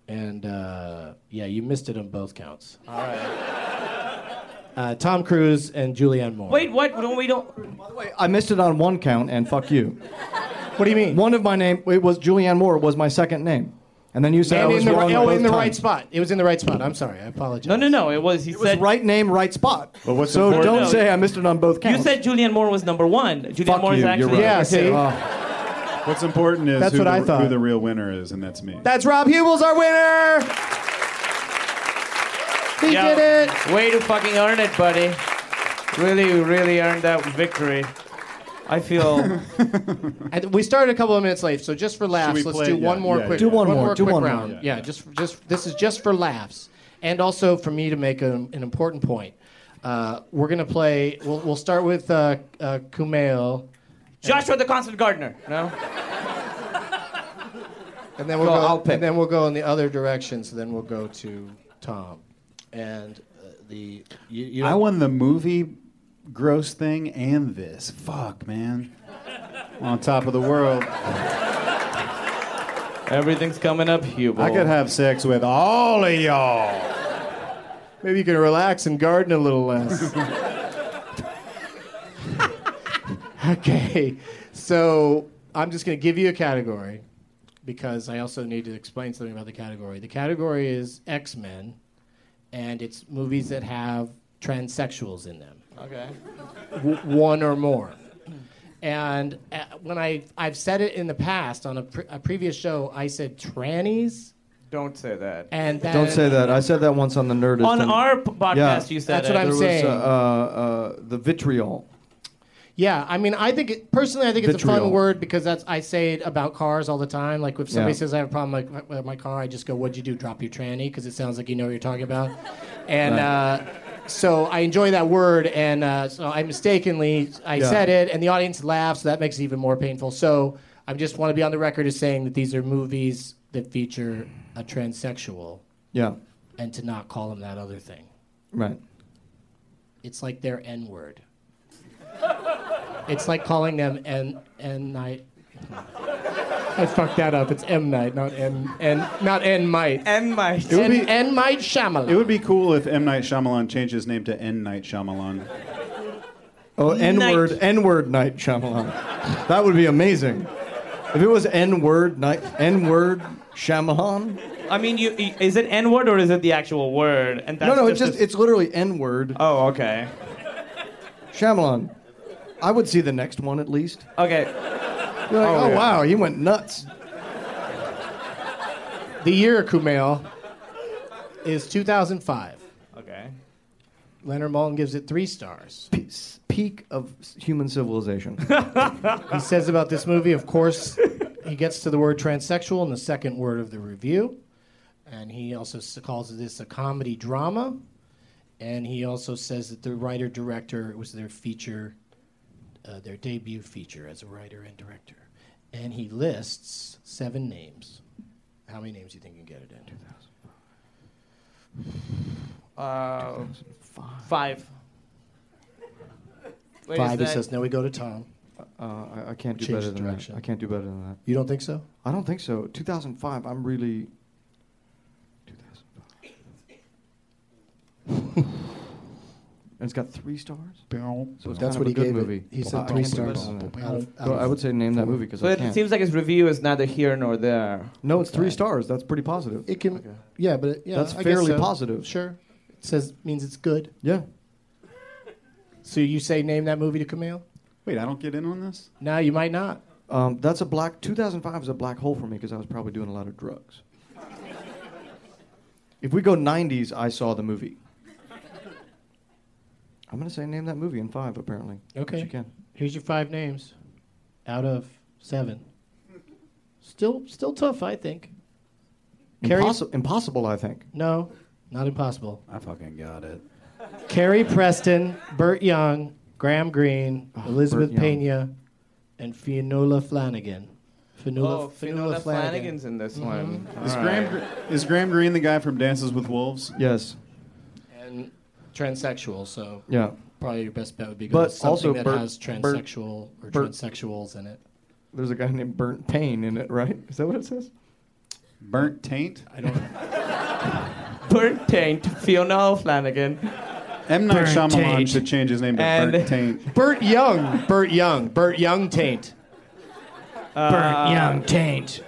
Speaker 3: And uh, yeah, you missed it on both counts. All right. Uh, Tom Cruise and Julianne Moore.
Speaker 4: Wait, what? Don't we don't?
Speaker 6: By the way, I missed it on one count, and fuck you.
Speaker 3: what do you mean?
Speaker 6: One of my name it was Julianne Moore was my second name, and then you said I
Speaker 3: and
Speaker 6: was
Speaker 3: in the,
Speaker 6: wrong
Speaker 3: ri- oh,
Speaker 6: both
Speaker 3: in the
Speaker 6: times.
Speaker 3: right spot. It was in the right spot. I'm sorry. I apologize.
Speaker 4: No, no, no. It was. He
Speaker 6: It was
Speaker 4: said.
Speaker 6: right name, right spot.
Speaker 5: But what's
Speaker 6: so
Speaker 5: important-
Speaker 6: don't
Speaker 4: No.
Speaker 6: say I missed it on both
Speaker 4: You
Speaker 6: counts.
Speaker 4: said Julianne Moore was number one. Julianne
Speaker 6: fuck
Speaker 4: Moore
Speaker 6: you.
Speaker 4: is
Speaker 6: you're
Speaker 4: actually.
Speaker 6: right.
Speaker 3: Yeah, see?
Speaker 6: Oh,
Speaker 5: What's important is
Speaker 3: That's
Speaker 5: who,
Speaker 3: what
Speaker 5: the,
Speaker 3: I thought.
Speaker 5: who the real winner is, and that's me.
Speaker 3: That's Rob Hubel's our winner. He
Speaker 4: Yeah.
Speaker 3: did it.
Speaker 4: Way to fucking earn it, buddy. Really, really earned that victory. I feel.
Speaker 3: And we started a couple of minutes late, so just for laughs,
Speaker 5: we
Speaker 3: let's
Speaker 5: play-
Speaker 3: do
Speaker 5: yeah,
Speaker 3: one more
Speaker 5: yeah,
Speaker 3: quick.
Speaker 5: yeah. Do
Speaker 6: one more, do
Speaker 3: quick
Speaker 6: one more.
Speaker 3: round.
Speaker 6: Yeah,
Speaker 3: Yeah, just just this is just for laughs, and also for me to make a, an important point. Uh, we're gonna play. We'll, we'll start with uh, uh, Kumail,
Speaker 4: Joshua the Constant Gardener. No?
Speaker 3: and then we'll
Speaker 4: Go,
Speaker 3: go.
Speaker 4: I'll pick.
Speaker 3: And then we'll go in the other direction. So then we'll go to Tom, and uh, the you, you
Speaker 5: I won the movie gross thing and this. Fuck, man. On top of the world.
Speaker 4: Everything's coming up, Hubel.
Speaker 5: I could have sex with all of y'all.
Speaker 3: maybe you can relax and garden a little less. okay, so I'm just going to give you a category because I also need to explain something about the category. The category is X Men, and it's movies that have transsexuals in them
Speaker 4: Okay.
Speaker 3: w- one or more. And uh, when I I've said it in the past on a, pre- a previous show, I said trannies,
Speaker 4: Don't say that.
Speaker 3: and that
Speaker 6: don't say that. I said that once on the Nerdist.
Speaker 4: On
Speaker 6: and
Speaker 4: our p- podcast,
Speaker 6: Yeah.
Speaker 4: you said
Speaker 3: That's what
Speaker 4: it.
Speaker 3: I'm
Speaker 6: there was
Speaker 3: saying.
Speaker 6: uh, uh, uh, the vitriol.
Speaker 3: Yeah, I mean, I think it, personally, I think it's a fun
Speaker 6: Vitriol.
Speaker 3: word because that's I say it about cars all the time. Like if somebody
Speaker 6: Yeah.
Speaker 3: says I have a problem like, with my, car, I just go, "What'd you do? Drop your tranny?" Because it sounds like you know what you're talking about. And uh, so I enjoy that word, and uh, so I mistakenly I
Speaker 6: Yeah.
Speaker 3: said it, and the audience laughed, so that makes it even more painful. So I just want to be on the record as saying that these are movies that feature a transsexual,
Speaker 6: Yeah,
Speaker 3: and to not call them that other thing.
Speaker 6: right.
Speaker 3: It's like their N word. it's like calling them N N night. I fucked that up. It's M night, not N N not N might.
Speaker 4: And my.
Speaker 5: It would,
Speaker 3: N,
Speaker 5: be,
Speaker 3: N might Shyamalan.
Speaker 5: it would be cool if M. Night Shyamalan changed his name to N. Night Shyamalan.
Speaker 6: Oh, N
Speaker 4: Night.
Speaker 6: word, N word night Shyamalan. That would be amazing. If it was N word night, N word Shyamalan.
Speaker 4: I mean, you, you- is it N word or is it the actual word? And that's
Speaker 6: no, no, it's just
Speaker 4: a-
Speaker 6: it's literally N word
Speaker 4: Oh, okay.
Speaker 6: Shyamalan. I would see the next one at least.
Speaker 4: Okay.
Speaker 6: You're like,
Speaker 4: Oh,
Speaker 6: oh,
Speaker 4: yeah.
Speaker 6: wow, you went nuts.
Speaker 3: the year Kumail is 2005.
Speaker 4: Okay.
Speaker 3: Leonard Maltin gives it three stars.
Speaker 6: Pe- s- Peak of s- human civilization. Uh,
Speaker 3: He says about this movie, of course, he gets to the word transsexual in the second word of the review. And he also s- calls this a comedy drama. And he also says that the writer director was their feature, uh, their debut feature as a writer and director. And he lists seven names. How many names do you think you can get it in?
Speaker 4: Uh, five. Wait, is
Speaker 3: Five. He
Speaker 4: that-
Speaker 3: says, no, we go to Tom.
Speaker 6: Uh, I, I can't do
Speaker 3: Change
Speaker 6: better
Speaker 3: the
Speaker 6: than
Speaker 3: direction.
Speaker 6: that. I can't do better than that.
Speaker 3: You don't think so?
Speaker 6: I don't think so. 2005. I'm really. 2005. and it's got three stars. So it's
Speaker 7: That's
Speaker 6: kind
Speaker 7: what
Speaker 6: of a
Speaker 7: he
Speaker 6: good
Speaker 7: gave it.
Speaker 6: movie.
Speaker 7: He said
Speaker 6: I
Speaker 7: three
Speaker 6: can't give
Speaker 7: stars.
Speaker 6: it-
Speaker 7: Out of- out
Speaker 6: So I
Speaker 7: of
Speaker 6: would say name that movie because
Speaker 4: So
Speaker 6: I
Speaker 4: it
Speaker 6: can't.
Speaker 4: seems like his review is neither here nor there.
Speaker 6: no, it's three stars. That's pretty positive.
Speaker 3: It can, yeah, but it, yeah,
Speaker 6: That's
Speaker 3: I guess
Speaker 6: fairly
Speaker 3: so.
Speaker 6: positive.
Speaker 3: Sure, it says means it's good.
Speaker 6: Yeah.
Speaker 3: So you say name that movie to Camille?
Speaker 5: Wait, I don't get in on this?
Speaker 3: No, you might not.
Speaker 6: Um, that's a black. 2005 is a black hole for me because I was probably doing a lot of drugs. if we go 90s, I saw the movie. I'm gonna say name that movie in five apparently. but
Speaker 3: Okay.
Speaker 6: You can.
Speaker 3: Here's your five names, out of seven. Still, still tough, I think. Carrie-
Speaker 6: Impossi- impossible, I think.
Speaker 3: No, not impossible.
Speaker 5: I fucking got it.
Speaker 3: Carrie Preston, Burt Young, Graham Greene, Elizabeth
Speaker 6: Ah, Burt Young.
Speaker 3: Pena, and Fionnuala Flanagan. Fionnuala,
Speaker 4: Oh, Finola Flanagan's in this one.
Speaker 5: Is Graham, Gre- is Graham Green the guy from Dances with Wolves?
Speaker 6: Yes.
Speaker 3: and transsexual. So
Speaker 6: Yeah.
Speaker 3: probably your best bet would be
Speaker 6: But
Speaker 3: going to something
Speaker 6: also
Speaker 3: that
Speaker 6: Burt-
Speaker 3: has
Speaker 6: Burt-
Speaker 3: transsexual or
Speaker 6: Burt-
Speaker 3: transsexuals in it.
Speaker 6: There's a guy named Burnt Payne in it, right? Is that what it says?
Speaker 5: Burnt Taint?
Speaker 4: Burnt Taint, Fiona Flanagan.
Speaker 5: M. Night
Speaker 3: Burnt
Speaker 5: Shyamalan
Speaker 3: Taint.
Speaker 5: should change his name to
Speaker 4: And-
Speaker 5: Burnt Taint.
Speaker 3: Burt Young, Burt Young, Burt Young taint. Burt Young taint.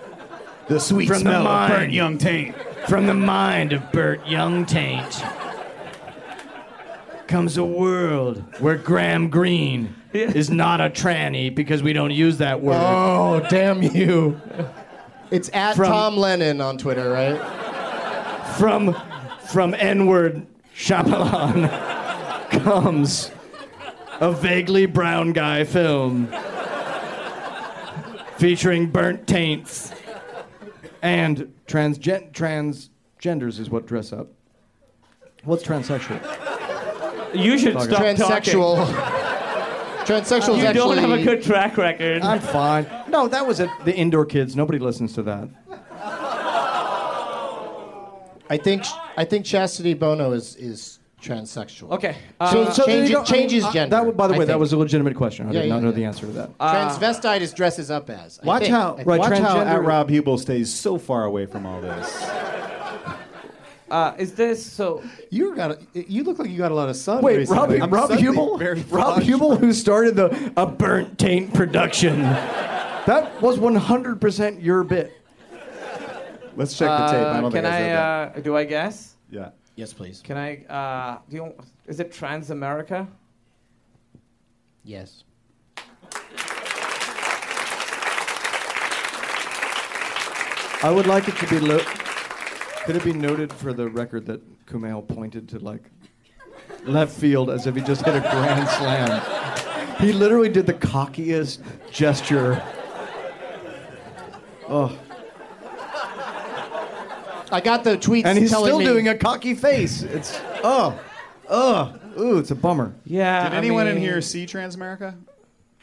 Speaker 5: The sweet
Speaker 3: From the smell of mind. burnt
Speaker 5: young taint.
Speaker 3: From the mind of Burt Young taint comes a world where Graham Green
Speaker 4: is
Speaker 3: not a tranny because we don't use that word. Oh, damn you. It's at Tom Lennon on Twitter, right?
Speaker 6: From from N-word Shyamalan comes a vaguely brown guy film featuring burnt taints and transgen- transgenders is what dress up. What's transsexual?
Speaker 4: You should stop
Speaker 3: Transsexual. Transsexual
Speaker 4: talking.
Speaker 3: is
Speaker 4: You don't
Speaker 3: actually
Speaker 4: have a good track record.
Speaker 6: I'm fine. No, that was it. The indoor kids. Nobody listens to that.
Speaker 3: I think I think Chastity Bono is is transsexual.
Speaker 4: Okay.
Speaker 3: so,
Speaker 4: Uh,
Speaker 3: so
Speaker 6: there you
Speaker 3: change,
Speaker 6: go. I mean,
Speaker 3: changes
Speaker 6: I-
Speaker 3: gender.
Speaker 6: That, would- by the
Speaker 3: I
Speaker 6: way, that
Speaker 3: think.
Speaker 6: was a legitimate question. I
Speaker 3: Yeah,
Speaker 6: did not
Speaker 3: yeah,
Speaker 6: know
Speaker 3: yeah.
Speaker 6: the answer to that.
Speaker 3: transvestite is dresses up as. I
Speaker 5: Watch
Speaker 3: think.
Speaker 5: how
Speaker 3: I think.
Speaker 6: right,
Speaker 5: watch how
Speaker 6: transgender-
Speaker 5: at Rob Hubel stays so far away from all this.
Speaker 4: uh, is this so?
Speaker 3: You got. A, you look like you got a lot of sun.
Speaker 6: Wait, Rob,
Speaker 3: recently.
Speaker 6: Rob
Speaker 5: suddenly
Speaker 6: Hubel?
Speaker 5: very
Speaker 6: Rob
Speaker 5: flushed.
Speaker 6: Hubel, who started the A Burnt Taint production. that was 100% your bit.
Speaker 5: Let's check the tape. I
Speaker 4: Uh,
Speaker 5: don't
Speaker 4: can
Speaker 5: think I
Speaker 4: I?
Speaker 5: said that.
Speaker 4: Uh, do I guess?
Speaker 5: Yeah.
Speaker 3: Yes, please.
Speaker 4: Can I? Uh, do you? Is it Trans America?
Speaker 3: Yes.
Speaker 6: I would like it to be. Lo- could it be noted for the record that Kumail pointed to like left field as if he just hit a grand slam? He literally did the cockiest gesture.
Speaker 3: I got the tweets.
Speaker 6: And he's
Speaker 3: telling
Speaker 6: still
Speaker 3: me,
Speaker 6: doing a cocky face. It's oh, oh, ooh, it's a bummer.
Speaker 4: Yeah.
Speaker 5: Did
Speaker 4: I
Speaker 5: anyone in
Speaker 4: mean-
Speaker 5: here see Transamerica?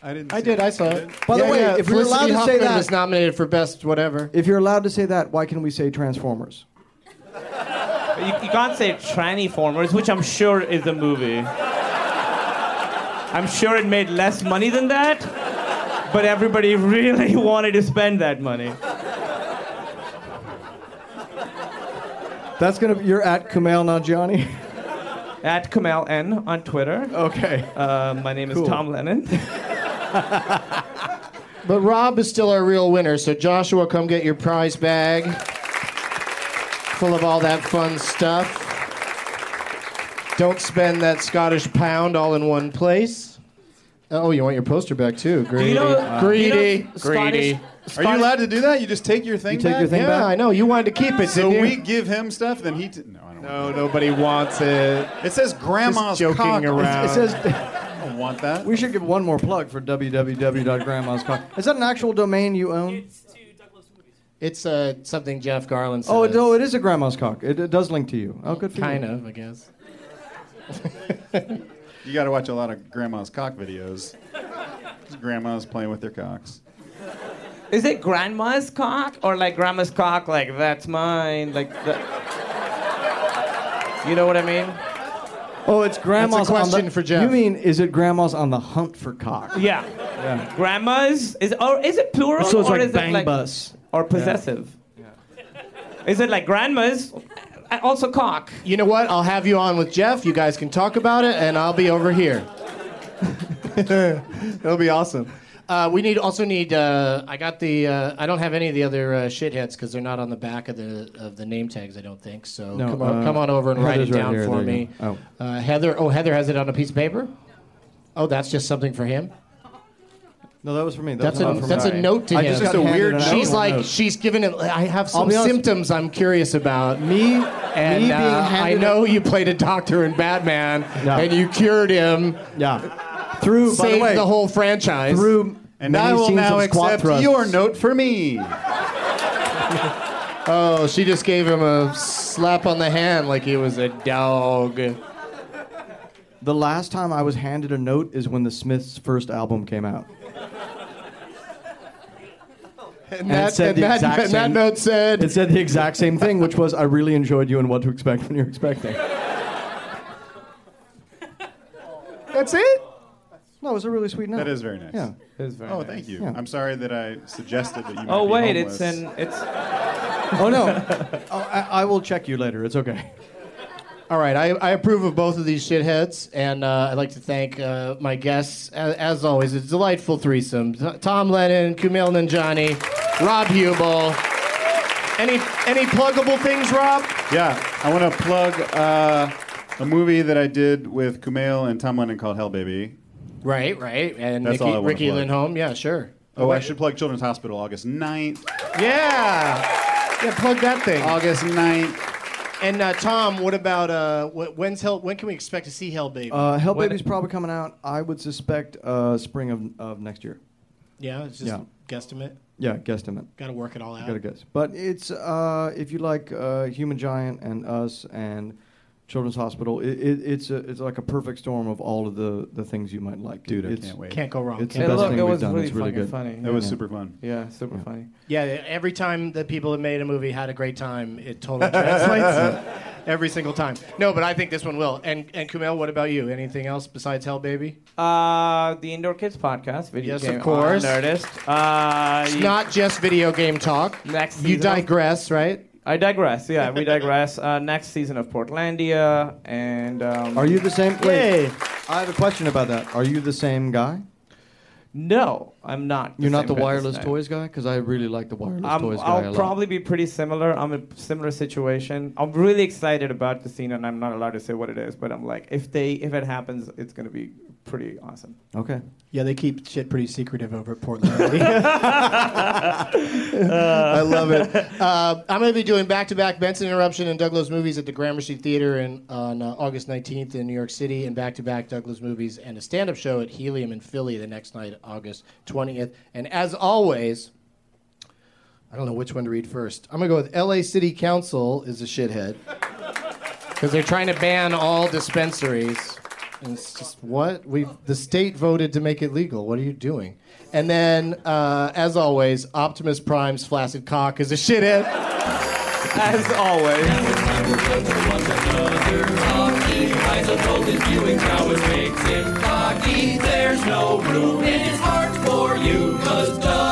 Speaker 5: I didn't.
Speaker 3: I
Speaker 5: see
Speaker 3: did. I saw
Speaker 5: You
Speaker 3: it.
Speaker 5: did?
Speaker 6: By the way, if we're
Speaker 3: Felicity
Speaker 6: allowed to say
Speaker 3: Huffman
Speaker 6: that-
Speaker 3: was nominated for best whatever.
Speaker 6: If you're allowed to say that, why can we say Transformers?
Speaker 4: You, you can't say Trannyformers, which I'm sure is a movie. I'm sure it made less money than that, but everybody really wanted to spend that money.
Speaker 6: That's gonna. Be, you're at Kumail Nanjiani.
Speaker 4: At Kamal N on Twitter.
Speaker 6: Okay.
Speaker 4: Uh, my name
Speaker 6: Cool.
Speaker 4: is Tom Lennon.
Speaker 3: But Rob is still our real winner. So Joshua, come get your prize bag full of all that fun stuff. Don't spend that Scottish pound all in one place. Oh, you want your poster back too? Greedy,
Speaker 4: you know-
Speaker 3: greedy,
Speaker 4: you know
Speaker 3: greedy.
Speaker 5: Are you allowed to do that? You just take your thing
Speaker 6: take
Speaker 5: back?
Speaker 6: your thing
Speaker 3: yeah,
Speaker 6: back?
Speaker 3: I know. You wanted to keep it,
Speaker 5: So
Speaker 3: didn't
Speaker 5: we
Speaker 3: you?
Speaker 5: give him stuff, then he. T- no, I don't.
Speaker 3: No,
Speaker 5: want
Speaker 3: nobody wants it.
Speaker 5: that. It says grandma's
Speaker 3: joking
Speaker 5: cock.
Speaker 3: around.
Speaker 6: It says
Speaker 5: I don't want that.
Speaker 6: we should give one more plug for www.grandma's cock. Is that an actual domain you own?
Speaker 3: It's uh, something Jeff Garland says.
Speaker 6: Oh no, it is a grandma's cock. It, it does link to you. Oh, good for
Speaker 3: Kind
Speaker 6: you.
Speaker 3: of, I guess.
Speaker 5: You got to watch a lot of grandma's cock videos. Just grandmas playing with their cocks.
Speaker 4: Is it grandma's cock or like grandma's cock? Like that's mine. Like the... you know what I mean?
Speaker 6: Oh, it's grandma's. on
Speaker 3: question
Speaker 6: the,
Speaker 3: for Jeff.
Speaker 6: You mean is it grandma's on the hunt for cock?
Speaker 4: Yeah. Grandma's is or is it plural
Speaker 6: So it's
Speaker 4: or
Speaker 6: like
Speaker 4: is
Speaker 6: bang
Speaker 4: it like
Speaker 6: bus.
Speaker 4: or possessive? Is it like grandma's? and also cock.
Speaker 3: You know what? I'll have you on with Jeff. You guys can talk about it, and I'll be over here. It'll be awesome. Uh, we need also need. Uh, I got the. Uh, I don't have any of the other uh, shitheads because they're not on the back of the of the name tags. I don't think so.
Speaker 6: No,
Speaker 3: come on,
Speaker 6: uh,
Speaker 3: come on over and write it
Speaker 6: Heather's right
Speaker 3: down
Speaker 6: here.
Speaker 3: for
Speaker 6: There you
Speaker 3: me.
Speaker 6: go.
Speaker 3: Uh, Heather. Oh, Heather has it on a piece of paper. Oh, that's just something for him.
Speaker 6: No, that was for me. That
Speaker 3: That's
Speaker 6: was
Speaker 3: a
Speaker 6: not for
Speaker 3: that's
Speaker 6: me.
Speaker 3: a note to
Speaker 6: I
Speaker 3: him.
Speaker 6: just got handed an
Speaker 3: She's
Speaker 6: actual
Speaker 3: like
Speaker 6: note.
Speaker 3: she's given it. I have some
Speaker 6: be honest-
Speaker 3: symptoms I'm curious about. Me and
Speaker 6: me being
Speaker 3: uh, I
Speaker 6: handed
Speaker 3: know you played a doctor in Batman
Speaker 6: Yeah.
Speaker 3: and you cured him,
Speaker 6: yeah. Through by the
Speaker 3: saved the,
Speaker 6: way,
Speaker 3: whole franchise.
Speaker 6: through
Speaker 5: And I will now accept your note for me.
Speaker 3: Oh, she just gave him a slap on the hand like he was a dog.
Speaker 6: The last time I was handed a note is when the Smiths' first album came out.
Speaker 3: And
Speaker 6: it
Speaker 3: that,
Speaker 6: said
Speaker 3: and
Speaker 6: the
Speaker 3: that,
Speaker 6: exact
Speaker 3: and that
Speaker 6: same-
Speaker 3: note said,
Speaker 6: It said the exact same thing, which was, "I really enjoyed you and what to expect when you're expecting."
Speaker 3: "That's it."
Speaker 6: No, it was a really sweet note.
Speaker 5: That is very nice.
Speaker 6: Yeah.
Speaker 5: Oh, thank you.
Speaker 6: Yeah.
Speaker 5: I'm sorry that I suggested that you. Might
Speaker 4: Oh
Speaker 5: be
Speaker 4: wait,
Speaker 5: homeless.
Speaker 4: it's an it's.
Speaker 6: Oh no, oh, I, I will check you later. It's okay.
Speaker 3: All right, I, I approve of both of these shitheads, and uh, I'd like to thank uh, my guests. As, as always, it's a delightful threesome. T- Tom Lennon, Kumail Nanjiani, Rob Hubel. Any any pluggable things, Rob?
Speaker 5: Yeah, I want to plug uh, a movie that I did with Kumail and Tom Lennon called Hell Baby.
Speaker 3: Right, right. And
Speaker 5: That's
Speaker 3: Nikki,
Speaker 5: all I wanna
Speaker 3: Ricky
Speaker 5: plug.
Speaker 3: Lindholm, yeah, sure.
Speaker 5: Oh, I should plug Children's Hospital August 9th.
Speaker 3: Yeah. Yeah, plug that thing.
Speaker 5: August 9th.
Speaker 3: and uh, Tom, what about uh, wh- when's Hell, when can we expect to see Hell Baby?
Speaker 6: Uh, Hell Baby's probably coming out. I would suspect uh, spring of, of next year.
Speaker 3: yeah, it's just
Speaker 6: yeah.
Speaker 3: guesstimate.
Speaker 6: Yeah, guesstimate.
Speaker 3: Got to work it all out.
Speaker 6: Gotta guess. But it's uh, if you like uh, Human Giant and Us and Children's Hospital, it, it, it's a, it's like a perfect storm of all of the, the things you might like.
Speaker 5: Dude, I
Speaker 6: it's,
Speaker 5: can't wait.
Speaker 3: Can't go wrong.
Speaker 6: It's
Speaker 3: can
Speaker 6: the
Speaker 4: Hey,
Speaker 3: it?
Speaker 6: best
Speaker 4: look,
Speaker 6: thing
Speaker 4: it
Speaker 6: we've
Speaker 4: was
Speaker 6: done.
Speaker 4: really
Speaker 6: It's really
Speaker 4: fucking
Speaker 6: good.
Speaker 4: funny.
Speaker 5: That was super fun.
Speaker 4: Yeah, super funny.
Speaker 3: Yeah, every time that people have made a movie had a great time, it totally translates. every single time. No, but I think this one will. And and Kumail, what about you? Anything else besides Hell Baby?
Speaker 4: Uh, the Indoor Kids podcast, video
Speaker 3: Yes,
Speaker 4: game
Speaker 3: of course.
Speaker 4: on Nerdist. Uh,
Speaker 3: It's
Speaker 4: you-
Speaker 3: not just video game talk.
Speaker 4: Next
Speaker 3: you
Speaker 4: season.
Speaker 3: digress, right?
Speaker 4: I digress. Yeah, we digress. Uh, next season of Portlandia, and um,
Speaker 6: Are you the same? Wait,
Speaker 4: Yay.
Speaker 6: I have a question about that. Are you the same guy?
Speaker 4: No, I'm not.
Speaker 6: You're not
Speaker 4: same
Speaker 6: the
Speaker 4: guy this
Speaker 6: wireless
Speaker 4: time.
Speaker 6: toys guy because I really like the wireless
Speaker 4: I'm-
Speaker 6: toys guy a
Speaker 4: I'll
Speaker 6: lot.
Speaker 4: probably be pretty similar. I'm in a similar situation. I'm really excited about the scene, and I'm not allowed to say what it is. But I'm like, if they, if it happens, it's gonna be pretty awesome.
Speaker 6: okay.
Speaker 3: Yeah, they keep shit pretty secretive over at Portland. I love it. Uh, I'm going to be doing back-to-back Benson Interruption and Douglas movies at the Gramercy Theater in, on uh, August 19th in New York City, and back-to-back Douglas movies and a stand-up show at Helium in Philly the next night, August 20th. And as always, I don't know which one to read first. I'm going to go with L.A. City Council is a shithead because they're trying to ban all dispensaries. And it's just what we the state voted to make it legal. What are you doing? And then, uh, as always, Optimus Prime's flaccid cock is a shithead.
Speaker 4: As always.
Speaker 2: Isotopic viewing prowess makes him cocky. There's no room in his heart for you, cause Doug